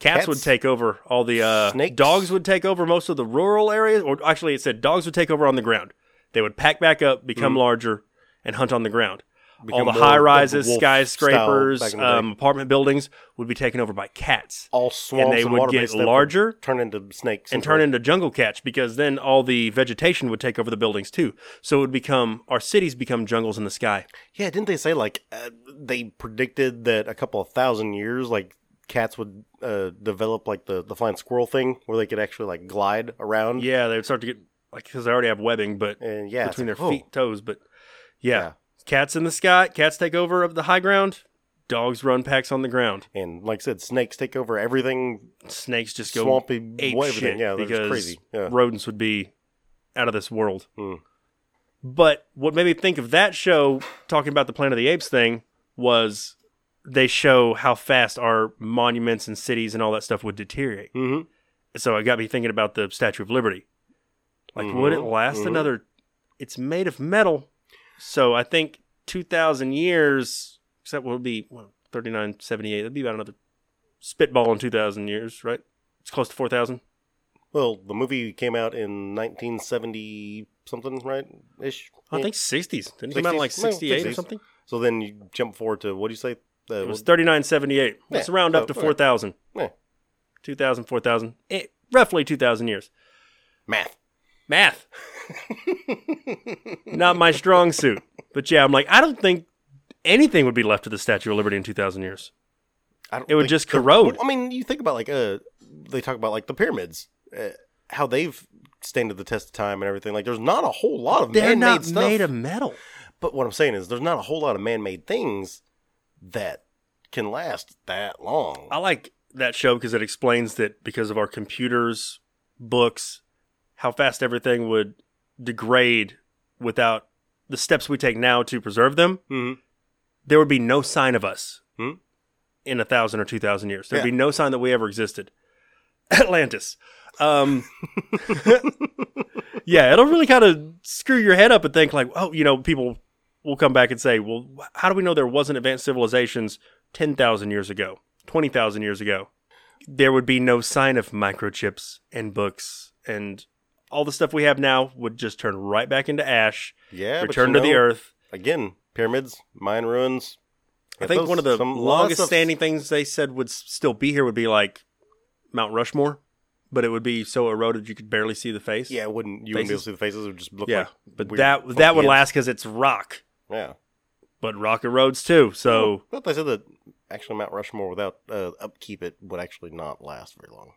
[SPEAKER 1] Cats,
[SPEAKER 2] Cats?
[SPEAKER 1] would take over all the uh,
[SPEAKER 2] Snakes?
[SPEAKER 1] dogs would take over most of the rural areas. Or actually, it said dogs would take over on the ground. They would pack back up, become
[SPEAKER 2] Hmm.
[SPEAKER 1] larger, and hunt on the ground. all
[SPEAKER 2] Become
[SPEAKER 1] the
[SPEAKER 2] more of
[SPEAKER 1] high
[SPEAKER 2] the
[SPEAKER 1] rises,
[SPEAKER 2] wolf style back
[SPEAKER 1] skyscrapers,
[SPEAKER 2] in the day.
[SPEAKER 1] um, apartment buildings would be taken over by cats
[SPEAKER 2] All swamps
[SPEAKER 1] they would
[SPEAKER 2] water
[SPEAKER 1] get
[SPEAKER 2] basins that
[SPEAKER 1] larger
[SPEAKER 2] turn into snakes,
[SPEAKER 1] and turn into jungle cats because then all the vegetation would take over the buildings too. So it would become our cities become jungles in the sky.
[SPEAKER 2] Yeah, didn't they say like uh, they predicted that a couple of thousand years, like cats would uh, develop like the the flying squirrel thing, where they could actually like glide around.
[SPEAKER 1] Yeah, they would start to get like because they already have webbing, but
[SPEAKER 2] and yeah, it's
[SPEAKER 1] between their
[SPEAKER 2] like, oh,
[SPEAKER 1] feet, toes. But yeah.
[SPEAKER 2] Yeah.
[SPEAKER 1] cats in the sky. Cats take over of the high ground. Dogs run packs on the ground.
[SPEAKER 2] And like I said, snakes take over everything,
[SPEAKER 1] Snakes just go
[SPEAKER 2] swampy,
[SPEAKER 1] ape
[SPEAKER 2] wa-
[SPEAKER 1] shit
[SPEAKER 2] everything. Yeah, that's
[SPEAKER 1] because
[SPEAKER 2] crazy. Yeah,
[SPEAKER 1] rodents would be out of this world.
[SPEAKER 2] Hmm.
[SPEAKER 1] But what made me think of that show, talking about the Planet of the Apes thing, was they show how fast our monuments and cities and all that stuff would deteriorate.
[SPEAKER 2] hmm
[SPEAKER 1] So it got me thinking about the Statue of Liberty. Like, would it
[SPEAKER 2] Mhm,
[SPEAKER 1] last
[SPEAKER 2] mhm.
[SPEAKER 1] another? It's made of metal, so I think two thousand years. Except will be well, thirty nine seventy eight. That'd be about another spitball in two thousand years, right? It's close to four thousand.
[SPEAKER 2] Well, the movie came out in 1970 something, right? Ish.
[SPEAKER 1] I think sixties. Didn't it come out in like
[SPEAKER 2] 60s? No,
[SPEAKER 1] sixty eight or
[SPEAKER 2] 60s.
[SPEAKER 1] something?
[SPEAKER 2] So then you jump forward to what do you say? Uh,
[SPEAKER 1] It was thirty nine seventy eight. Let's
[SPEAKER 2] Yeah,
[SPEAKER 1] round
[SPEAKER 2] so,
[SPEAKER 1] up to
[SPEAKER 2] okay.
[SPEAKER 1] four thousand.
[SPEAKER 2] Yeah.
[SPEAKER 1] Two thousand, four thousand. Eh, roughly two thousand years.
[SPEAKER 2] math.
[SPEAKER 1] Math. Not my strong suit. But yeah, I'm like, I don't think anything would be left of the Statue of Liberty in 2,000 years.
[SPEAKER 2] I don't
[SPEAKER 1] It would
[SPEAKER 2] think
[SPEAKER 1] just
[SPEAKER 2] the-
[SPEAKER 1] corrode.
[SPEAKER 2] I mean, you think about like uh, they talk about like the pyramids, uh, how they've standed the test of time and everything. Like, there's not a whole lot of
[SPEAKER 1] They're
[SPEAKER 2] man-made
[SPEAKER 1] not
[SPEAKER 2] stuff.
[SPEAKER 1] made of metal.
[SPEAKER 2] but what I'm saying is, there's not a whole lot of man-made things that can last that long.
[SPEAKER 1] I like that show because it explains that because of our computers, books, how fast everything would degrade without the steps we take now to preserve them,
[SPEAKER 2] Mhm.
[SPEAKER 1] there would be no sign of us
[SPEAKER 2] Hmm.
[SPEAKER 1] in a thousand or two thousand years. There'd
[SPEAKER 2] Yeah.
[SPEAKER 1] be no sign that we ever existed. Atlantis. Um, yeah, it'll really kind of screw your head up and think like, oh, you know, people will come back and say, well, wh- how do we know there wasn't advanced civilizations ten thousand years ago, twenty thousand years ago? There would be no sign of microchips and books and all the stuff we have now would just turn right back into ash,
[SPEAKER 2] Yeah, but
[SPEAKER 1] return
[SPEAKER 2] you
[SPEAKER 1] to the
[SPEAKER 2] know,
[SPEAKER 1] earth.
[SPEAKER 2] again. Pyramids, mine ruins.
[SPEAKER 1] I think one of the longest standing things they said would s- still be here would be like Mount Rushmore, but it would be so eroded you could barely see the face.
[SPEAKER 2] Yeah, it wouldn't you wouldn't be able
[SPEAKER 1] faces.
[SPEAKER 2] to see the faces? It would just look
[SPEAKER 1] yeah.
[SPEAKER 2] like
[SPEAKER 1] but
[SPEAKER 2] weird
[SPEAKER 1] that
[SPEAKER 2] funky
[SPEAKER 1] that would
[SPEAKER 2] heads.
[SPEAKER 1] last because it's rock,
[SPEAKER 2] Yeah.
[SPEAKER 1] but rock erodes too. So
[SPEAKER 2] Well, they said that actually Mount Rushmore without uh, upkeep it would actually not last very long.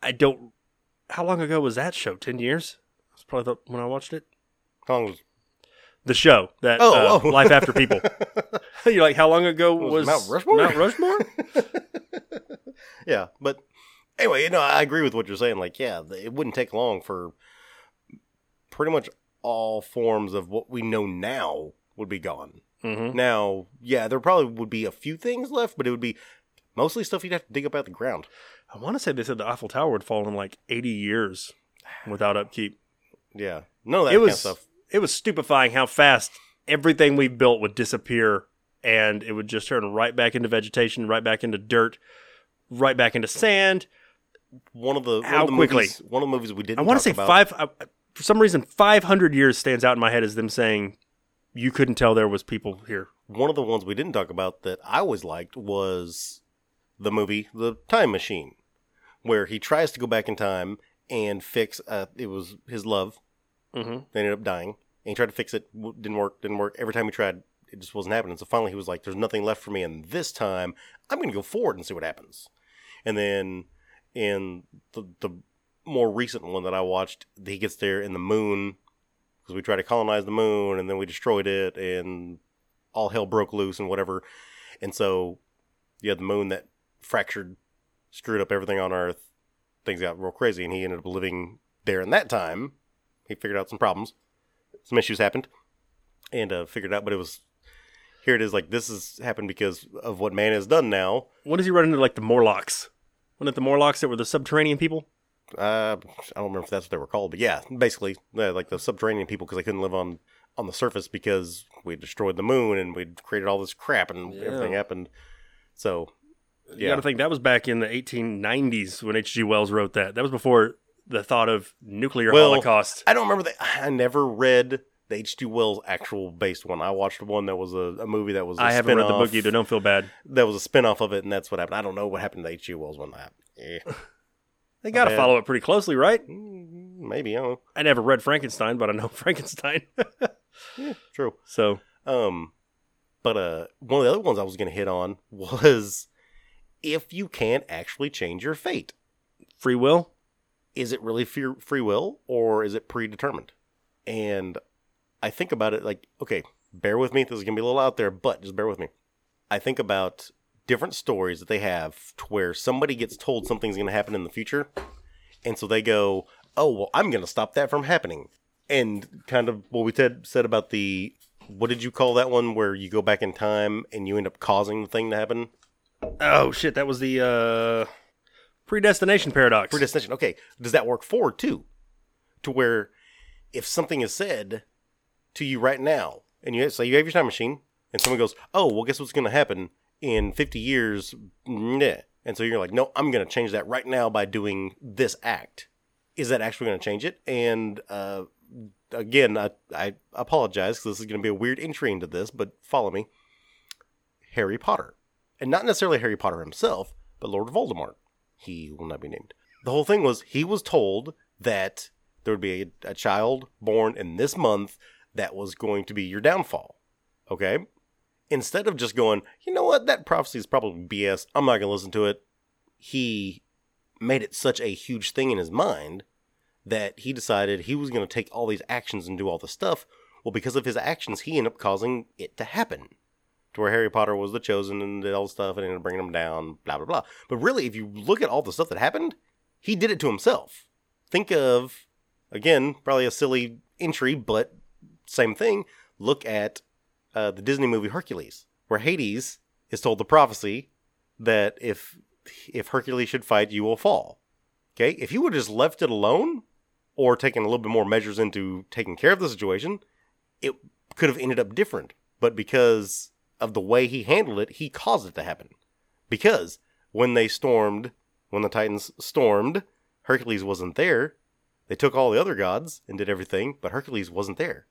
[SPEAKER 1] I don't. How long ago was that show? Ten years? That's probably the, when I watched it.
[SPEAKER 2] How long was
[SPEAKER 1] The show that
[SPEAKER 2] Oh,
[SPEAKER 1] uh,
[SPEAKER 2] oh.
[SPEAKER 1] Life After People. You're like, how long ago was,
[SPEAKER 2] Was Mount Rushmore?
[SPEAKER 1] Mount Rushmore?
[SPEAKER 2] Yeah, but anyway, you know, I agree with what you're saying. Like, yeah, th- it wouldn't take long for pretty much all forms of what we know now would be gone.
[SPEAKER 1] Mm-hmm.
[SPEAKER 2] Now, yeah, there probably would be a few things left, but it would be mostly stuff you'd have to dig up out of the ground.
[SPEAKER 1] I want to say they said the Eiffel Tower would fall in like 80 years without upkeep.
[SPEAKER 2] Yeah, none of that
[SPEAKER 1] it
[SPEAKER 2] kind
[SPEAKER 1] was
[SPEAKER 2] of stuff.
[SPEAKER 1] it was stupefying how fast everything we built would disappear, and it would just turn right back into vegetation, right back into dirt, right back into sand.
[SPEAKER 2] One of the one
[SPEAKER 1] How
[SPEAKER 2] of the
[SPEAKER 1] quickly?
[SPEAKER 2] movies, one of the movies we didn't.
[SPEAKER 1] I want to
[SPEAKER 2] talk
[SPEAKER 1] say
[SPEAKER 2] about,
[SPEAKER 1] five. I, I- for some reason, five hundred years stands out in my head as them saying, "You couldn't tell there was people here."
[SPEAKER 2] One of the ones we didn't talk about that I always liked was the movie The Time Machine, where he tries to go back in time and fix. Uh, it was his love.
[SPEAKER 1] Mm-hmm.
[SPEAKER 2] They ended up dying. And he tried to fix it, w- didn't work, didn't work. Every time he tried, it just wasn't happening. So finally, he was like, "There's nothing left for me, and this time I'm going to go forward and see what happens." And then in the the more recent one that I watched, he gets there in the moon because we tried to colonize the moon, and then we destroyed it, and all hell broke loose and whatever. And so you had the moon that fractured, screwed up everything on Earth. Things got real crazy, and he ended up living there in that time. He figured out some problems, some issues happened, and uh, figured out. But it was here. It is like this has happened because of what man has done now.
[SPEAKER 1] What does he run into like the Morlocks? Wasn't it the Morlocks that were the subterranean people?
[SPEAKER 2] Uh, I don't remember if that's what they were called, but yeah, basically, they're like the subterranean people because they couldn't live on on the surface because we destroyed the moon and we created all this crap and
[SPEAKER 1] Yeah.
[SPEAKER 2] everything happened. So
[SPEAKER 1] You
[SPEAKER 2] Yeah.
[SPEAKER 1] got to think that was back in the 1890s when H.G. Wells wrote that. That was before the thought of nuclear
[SPEAKER 2] Well,
[SPEAKER 1] holocaust.
[SPEAKER 2] I don't remember that. I never read the H.G. Wells actual based one. I watched one that was a, a movie that was. I
[SPEAKER 1] I haven't read the book either. Don't feel bad.
[SPEAKER 2] That was a spin off of it, and that's what happened. I don't know what happened to the H.G. Wells one. I, eh,
[SPEAKER 1] They got to
[SPEAKER 2] bad.
[SPEAKER 1] follow it pretty closely, right?
[SPEAKER 2] mm, maybe I don't. know.
[SPEAKER 1] I never read Frankenstein, but I know Frankenstein.
[SPEAKER 2] Yeah, true.
[SPEAKER 1] so
[SPEAKER 2] Um, but uh, one of the other ones I was gonna hit on was if you can actually change your fate,
[SPEAKER 1] free will.
[SPEAKER 2] is it really free, free will or is it predetermined? And I think about it like, okay, bear with me. This is gonna be a little out there, but just bear with me. I think about different stories that they have to where somebody gets told something's gonna happen in the future, and so they go, "Oh, well, I'm gonna stop that from happening." And kind of what we said said about the what did you call that one where you go back in time and you end up causing the thing to happen?
[SPEAKER 1] Oh shit, that was the uh, predestination paradox.
[SPEAKER 2] predestination. Okay, does that work forward too? To where if something is said to you right now, and you say you have your time machine, and someone goes, "Oh, well, guess what's going to happen in 50 years?" Nah. And so you're like, "No, I'm going to change that right now by doing this act." Is that actually going to change it? And uh, again, I, I apologize because this is going to be a weird entry into this, but follow me. Harry Potter, and not necessarily Harry Potter himself, but Lord Voldemort. He will not be named the whole thing was he was told that there would be a, a child born in this month that was going to be your downfall. Okay? Instead of just going, you know what, that prophecy is probably BS. I'm not going to listen to it. He made it such a huge thing in his mind that he decided he was going to take all these actions and do all this stuff. Well, because of his actions, he ended up causing it to happen. To where Harry Potter was the chosen and did all the stuff and ended up bringing him down, blah, blah, blah. But really, if you look at all the stuff that happened, he did it to himself. Think of, again, probably a silly entry, but same thing. Look at uh, the Disney movie Hercules, where Hades is told the prophecy that if if Hercules should fight, you will fall. Okay, if you would have just left it alone, or taken a little bit more measures into taking care of the situation, it could have ended up different. But because of the way he handled it, he caused it to happen. Because when they stormed, when the Titans stormed, Hercules wasn't there. They took all the other gods and did everything, but Hercules wasn't there.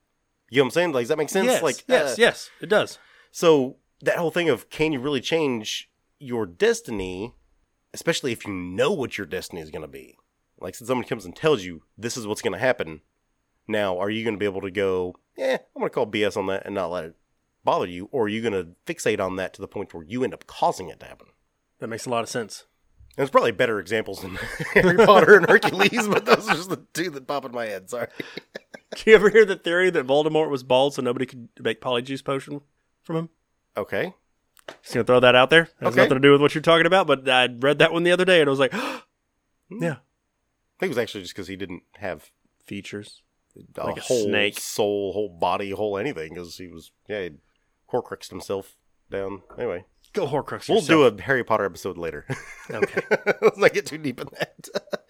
[SPEAKER 2] You know what I'm saying? Like, does that make sense?
[SPEAKER 1] yes,
[SPEAKER 2] like,
[SPEAKER 1] yes,
[SPEAKER 2] uh,
[SPEAKER 1] yes, it does.
[SPEAKER 2] so that whole thing of can you really change your destiny, especially if you know what your destiny is going to be? Like, since somebody comes and tells you this is what's going to happen, now are you going to be able to go, yeah, I'm going to call BS on that and not let it bother you? Or are you going to fixate on that to the point where you end up causing it to happen?
[SPEAKER 1] That makes a lot of sense.
[SPEAKER 2] And There's probably better examples than Harry Potter and Hercules, but those are just the two that pop in my head. Sorry.
[SPEAKER 1] Do you ever hear the theory that Voldemort was bald so nobody could make polyjuice potion from him?
[SPEAKER 2] Okay.
[SPEAKER 1] Just gonna throw that out there. It has
[SPEAKER 2] Okay.
[SPEAKER 1] nothing to do with what you're talking about, but I read that one the other day and I was like, yeah,
[SPEAKER 2] I think it was actually just because he didn't have
[SPEAKER 1] features.
[SPEAKER 2] a
[SPEAKER 1] Like a
[SPEAKER 2] whole
[SPEAKER 1] snake.
[SPEAKER 2] soul, whole body, whole anything because he was yeah he Horcruxed himself down. Anyway,
[SPEAKER 1] Go Horcrux.
[SPEAKER 2] we'll do a Harry Potter episode later.
[SPEAKER 1] Okay.
[SPEAKER 2] Let's not get too deep in that.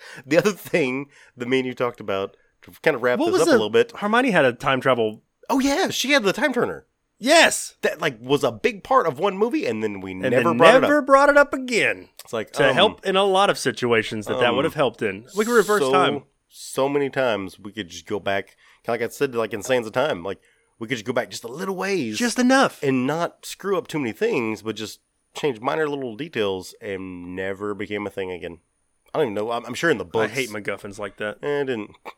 [SPEAKER 2] the other thing that me and you talked about to kind of wrap
[SPEAKER 1] What
[SPEAKER 2] this
[SPEAKER 1] was
[SPEAKER 2] up
[SPEAKER 1] the,
[SPEAKER 2] a little bit.
[SPEAKER 1] Hermione had a time travel.
[SPEAKER 2] Oh yeah, she had the time turner.
[SPEAKER 1] Yes.
[SPEAKER 2] That like was a big part of one movie, and then we
[SPEAKER 1] And
[SPEAKER 2] never
[SPEAKER 1] they
[SPEAKER 2] brought
[SPEAKER 1] never
[SPEAKER 2] it up.
[SPEAKER 1] brought it up again
[SPEAKER 2] It's like
[SPEAKER 1] to
[SPEAKER 2] um,
[SPEAKER 1] help in a lot of situations that that would have helped in. We could reverse
[SPEAKER 2] so,
[SPEAKER 1] time.
[SPEAKER 2] So many times we could just go back, kind of like I said, like in Sands of Time. Like we could just go back just a little ways,
[SPEAKER 1] Just enough.
[SPEAKER 2] and not screw up too many things, but just change minor little details, and never became a thing again. I don't even know. I'm, I'm sure in the
[SPEAKER 1] I
[SPEAKER 2] books.
[SPEAKER 1] hate MacGuffins like that.
[SPEAKER 2] Eh, I didn't.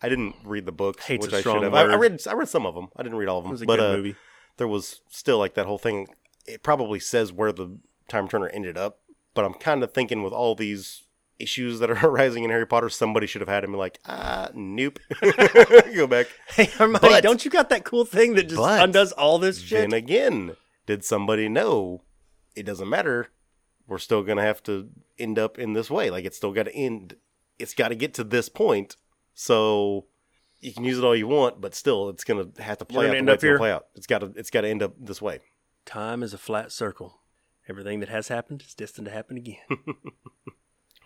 [SPEAKER 2] I didn't read the books,
[SPEAKER 1] Hate's
[SPEAKER 2] which
[SPEAKER 1] a
[SPEAKER 2] I
[SPEAKER 1] strong
[SPEAKER 2] should have. I, I
[SPEAKER 1] word.
[SPEAKER 2] read. I read some of them. I didn't read all of them.
[SPEAKER 1] It was a
[SPEAKER 2] but
[SPEAKER 1] good
[SPEAKER 2] uh,
[SPEAKER 1] movie.
[SPEAKER 2] there was still like that whole thing. It probably says where the time turner ended up, but I'm kind of thinking with all these issues that are arising in Harry Potter, somebody should have had him be like, ah, nope, go back.
[SPEAKER 1] Hey, Hermione,
[SPEAKER 2] but-
[SPEAKER 1] don't you got that cool thing that just
[SPEAKER 2] but-
[SPEAKER 1] undoes all this shit?
[SPEAKER 2] Then again, did somebody know? It doesn't matter. We're still gonna have to end up in this way. Like it's still got to end. It's got to get to this point. So you can use it all you want, but still, it's gonna have to play
[SPEAKER 1] gonna
[SPEAKER 2] out. the
[SPEAKER 1] end
[SPEAKER 2] way
[SPEAKER 1] up
[SPEAKER 2] it's gonna
[SPEAKER 1] here?
[SPEAKER 2] play out. It's got to. It's got to end up this way.
[SPEAKER 1] Time is a flat circle. Everything that has happened is destined to happen again.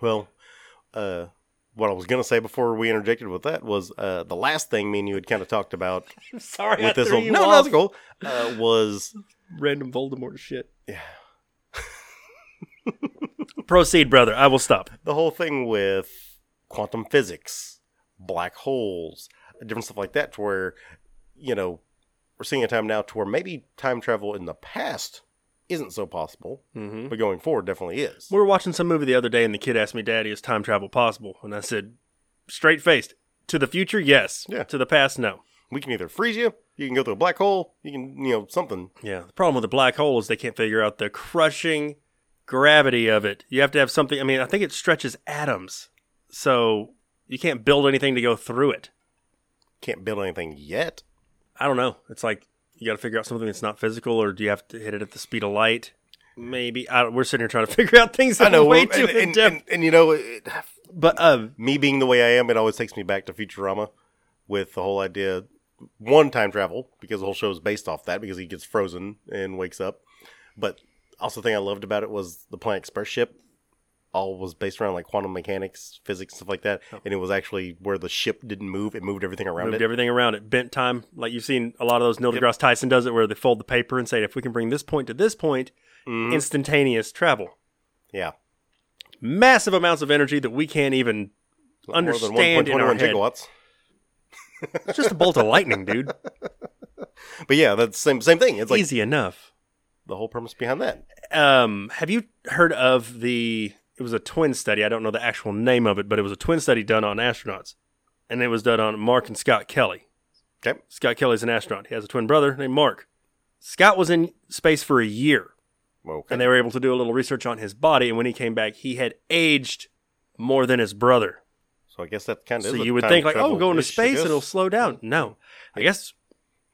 [SPEAKER 2] Well, uh, what I was gonna say before we interjected with that was uh, the last thing me and you had kind of talked about
[SPEAKER 1] I'm sorry, I
[SPEAKER 2] with this
[SPEAKER 1] threw
[SPEAKER 2] whole
[SPEAKER 1] you
[SPEAKER 2] no, no,
[SPEAKER 1] off.
[SPEAKER 2] that's cool. Uh, was
[SPEAKER 1] Random Voldemort shit.
[SPEAKER 2] Yeah.
[SPEAKER 1] Proceed, brother. I will stop.
[SPEAKER 2] the whole thing with quantum physics, black holes, different stuff like that, to where, you know, we're seeing a time now to where maybe time travel in the past isn't so possible,
[SPEAKER 1] Mm-hmm.
[SPEAKER 2] but going forward definitely is.
[SPEAKER 1] We were watching some movie the other day, and the kid asked me, "Daddy, is time travel possible?" And I said, straight faced, "To the future, yes.
[SPEAKER 2] Yeah.
[SPEAKER 1] To the past, no."
[SPEAKER 2] We can either freeze you, you can go through a black hole, you can, you know, something.
[SPEAKER 1] Yeah. The problem with the black hole is they can't figure out the crushing gravity of it. You have to have something. I mean, I think it stretches atoms, so you can't build anything to go through it.
[SPEAKER 2] Can't build anything yet.
[SPEAKER 1] I don't know. It's like you got to figure out something that's not physical, or do you have to hit it at the speed of light? Maybe I, we're sitting here trying to figure out things that
[SPEAKER 2] I know.
[SPEAKER 1] are way
[SPEAKER 2] and,
[SPEAKER 1] too
[SPEAKER 2] and,
[SPEAKER 1] in
[SPEAKER 2] and,
[SPEAKER 1] depth.
[SPEAKER 2] and, you know, it,
[SPEAKER 1] But uh,
[SPEAKER 2] me being the way I am, it always takes me back to Futurama with the whole idea one time travel because the whole show is based off that because he gets frozen and wakes up. But also, the thing I loved about it was the Planet Express ship. All was based around like quantum mechanics, physics, stuff like that, and it was actually where the ship didn't move; it moved everything around
[SPEAKER 1] Oh. moved
[SPEAKER 2] it.
[SPEAKER 1] everything around it. Bent time, like you've seen a lot of those Neil deGrasse Tyson does it, where they fold the paper and say, if we can bring this point to this point,
[SPEAKER 2] Mhm.
[SPEAKER 1] instantaneous travel.
[SPEAKER 2] yeah,
[SPEAKER 1] Massive amounts of energy that we can't even. Understand in our head.
[SPEAKER 2] gigawatts.
[SPEAKER 1] It's just a bolt of lightning, dude.
[SPEAKER 2] But yeah, that's same same thing. It's like
[SPEAKER 1] Easy enough.
[SPEAKER 2] the whole premise behind that.
[SPEAKER 1] Um, have you heard of the? It was a twin study. I don't know the actual name of it, but it was a twin study done on astronauts, and it was done on Mark and Scott Kelly.
[SPEAKER 2] Okay,
[SPEAKER 1] Scott Kelly's an astronaut. He has a twin brother named Mark. Scott was in space for a year.
[SPEAKER 2] okay,
[SPEAKER 1] and they were able to do a little research on his body. And when he came back, he had aged more than his brother.
[SPEAKER 2] so I guess that kind of
[SPEAKER 1] So
[SPEAKER 2] is a
[SPEAKER 1] you would
[SPEAKER 2] time
[SPEAKER 1] think like, oh,
[SPEAKER 2] travel
[SPEAKER 1] going to
[SPEAKER 2] ish, I
[SPEAKER 1] space,
[SPEAKER 2] guess.
[SPEAKER 1] it'll slow down. No, I guess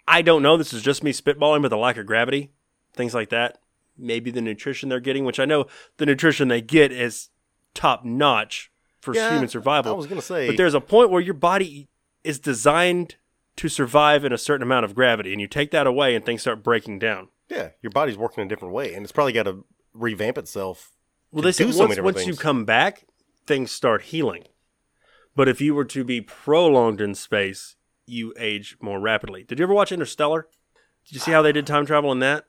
[SPEAKER 1] I don't know. This is just me spitballing, but the lack of gravity, things like that, maybe the nutrition they're getting, which I know the nutrition they get is top notch for
[SPEAKER 2] Yeah,
[SPEAKER 1] human survival.
[SPEAKER 2] I was gonna say,
[SPEAKER 1] But there's a point where your body is designed to survive in a certain amount of gravity, and you take that away, and things start breaking down.
[SPEAKER 2] Yeah, your body's working a different way, and it's probably got to revamp itself.
[SPEAKER 1] Well,
[SPEAKER 2] to
[SPEAKER 1] they say
[SPEAKER 2] do
[SPEAKER 1] once,
[SPEAKER 2] so many different
[SPEAKER 1] once you
[SPEAKER 2] things.
[SPEAKER 1] come back, things start healing. But if you were to be prolonged in space, you age more rapidly. Did you ever watch Interstellar? Did you see how they did time travel in that?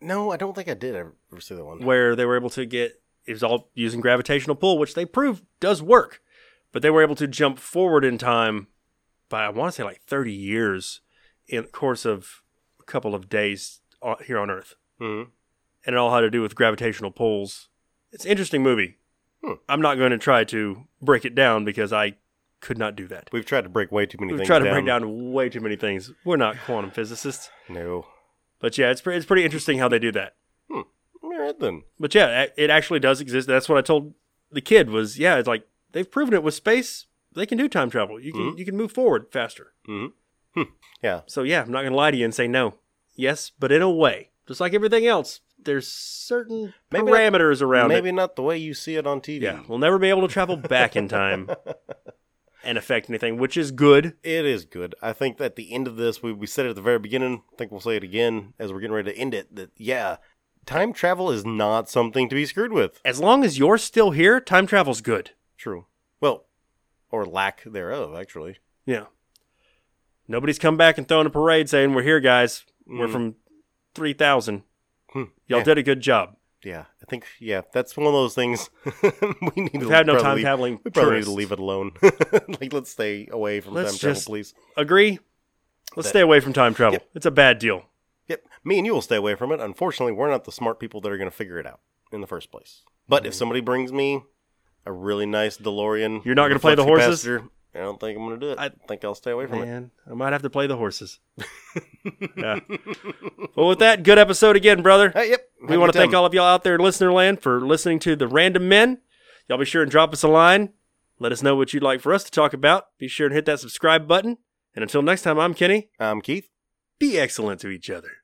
[SPEAKER 2] No, I don't think I did ever see that one.
[SPEAKER 1] Where they were able to get it was all using gravitational pull, which they proved does work. But they were able to jump forward in time by I want to say like 30 years in the course of a couple of days on- here on Earth.
[SPEAKER 2] Mhm.
[SPEAKER 1] and it all had to do with gravitational pulls. It's an interesting movie.
[SPEAKER 2] Hmm.
[SPEAKER 1] I'm not going to try to break it down because I could not do that.
[SPEAKER 2] We've tried to break way too many
[SPEAKER 1] We've
[SPEAKER 2] things
[SPEAKER 1] tried to break down way too many things. We're not quantum physicists,
[SPEAKER 2] No.
[SPEAKER 1] but yeah, it's pre- it's pretty interesting how they do that.
[SPEAKER 2] All right, then.
[SPEAKER 1] But yeah, a- it actually does exist. That's what I told the kid was yeah, it's like they've proven it with space. They can do time travel. You can you can move forward faster.
[SPEAKER 2] Mm-hmm. Hmm. Yeah.
[SPEAKER 1] So yeah, I'm not going to lie to you and say no. Yes, but in a way, just like everything else, there's certain
[SPEAKER 2] Maybe not-
[SPEAKER 1] parameters around it.
[SPEAKER 2] Maybe not the way you see it on TV.
[SPEAKER 1] Yeah, we'll never be able to travel back in time. and affect anything, which is good.
[SPEAKER 2] It is good. I think that the end of this, we, we said it at the very beginning. I think we'll say it again as we're getting ready to end it. That yeah, time travel is not something to be screwed with.
[SPEAKER 1] As long as you're still here, time travel's good.
[SPEAKER 2] True. Well, or lack thereof, actually.
[SPEAKER 1] Yeah. Nobody's come back and thrown a parade saying, We're here, guys. We're
[SPEAKER 2] Mm.
[SPEAKER 1] from 3,000.
[SPEAKER 2] Hmm.
[SPEAKER 1] Y'all
[SPEAKER 2] yeah.
[SPEAKER 1] did a good job.
[SPEAKER 2] Yeah, I think yeah, that's one of those things we need
[SPEAKER 1] We've
[SPEAKER 2] to
[SPEAKER 1] had no
[SPEAKER 2] probably
[SPEAKER 1] time
[SPEAKER 2] leave-
[SPEAKER 1] traveling.
[SPEAKER 2] We probably need
[SPEAKER 1] tourists.
[SPEAKER 2] to leave it alone. like let's stay away from
[SPEAKER 1] Let's
[SPEAKER 2] time travel,
[SPEAKER 1] just-
[SPEAKER 2] please.
[SPEAKER 1] Agree? Let's
[SPEAKER 2] That-
[SPEAKER 1] stay away from time travel. It's a bad deal.
[SPEAKER 2] Yep. Me and you will stay away from it. Unfortunately, we're not the smart people that are going to figure it out in the first place. But if somebody brings me a really nice DeLorean,
[SPEAKER 1] Mm. You're not
[SPEAKER 2] with
[SPEAKER 1] gonna play
[SPEAKER 2] a
[SPEAKER 1] the horses?
[SPEAKER 2] flexi-capacitor, I don't think I'm going to do it.
[SPEAKER 1] I-
[SPEAKER 2] I think I'll stay away from it.
[SPEAKER 1] Man, I might have to play the horses. yeah. Well, with that, good episode again, brother.
[SPEAKER 2] Hey, yep.
[SPEAKER 1] We want to thank all of y'all out there in listener land for listening to the Random Men. Y'all be sure and drop us a line. Let us know what you'd like for us to talk about. Be sure and hit that subscribe button. And until next time, I'm Kenny.
[SPEAKER 2] I'm Keith.
[SPEAKER 1] Be excellent to each other.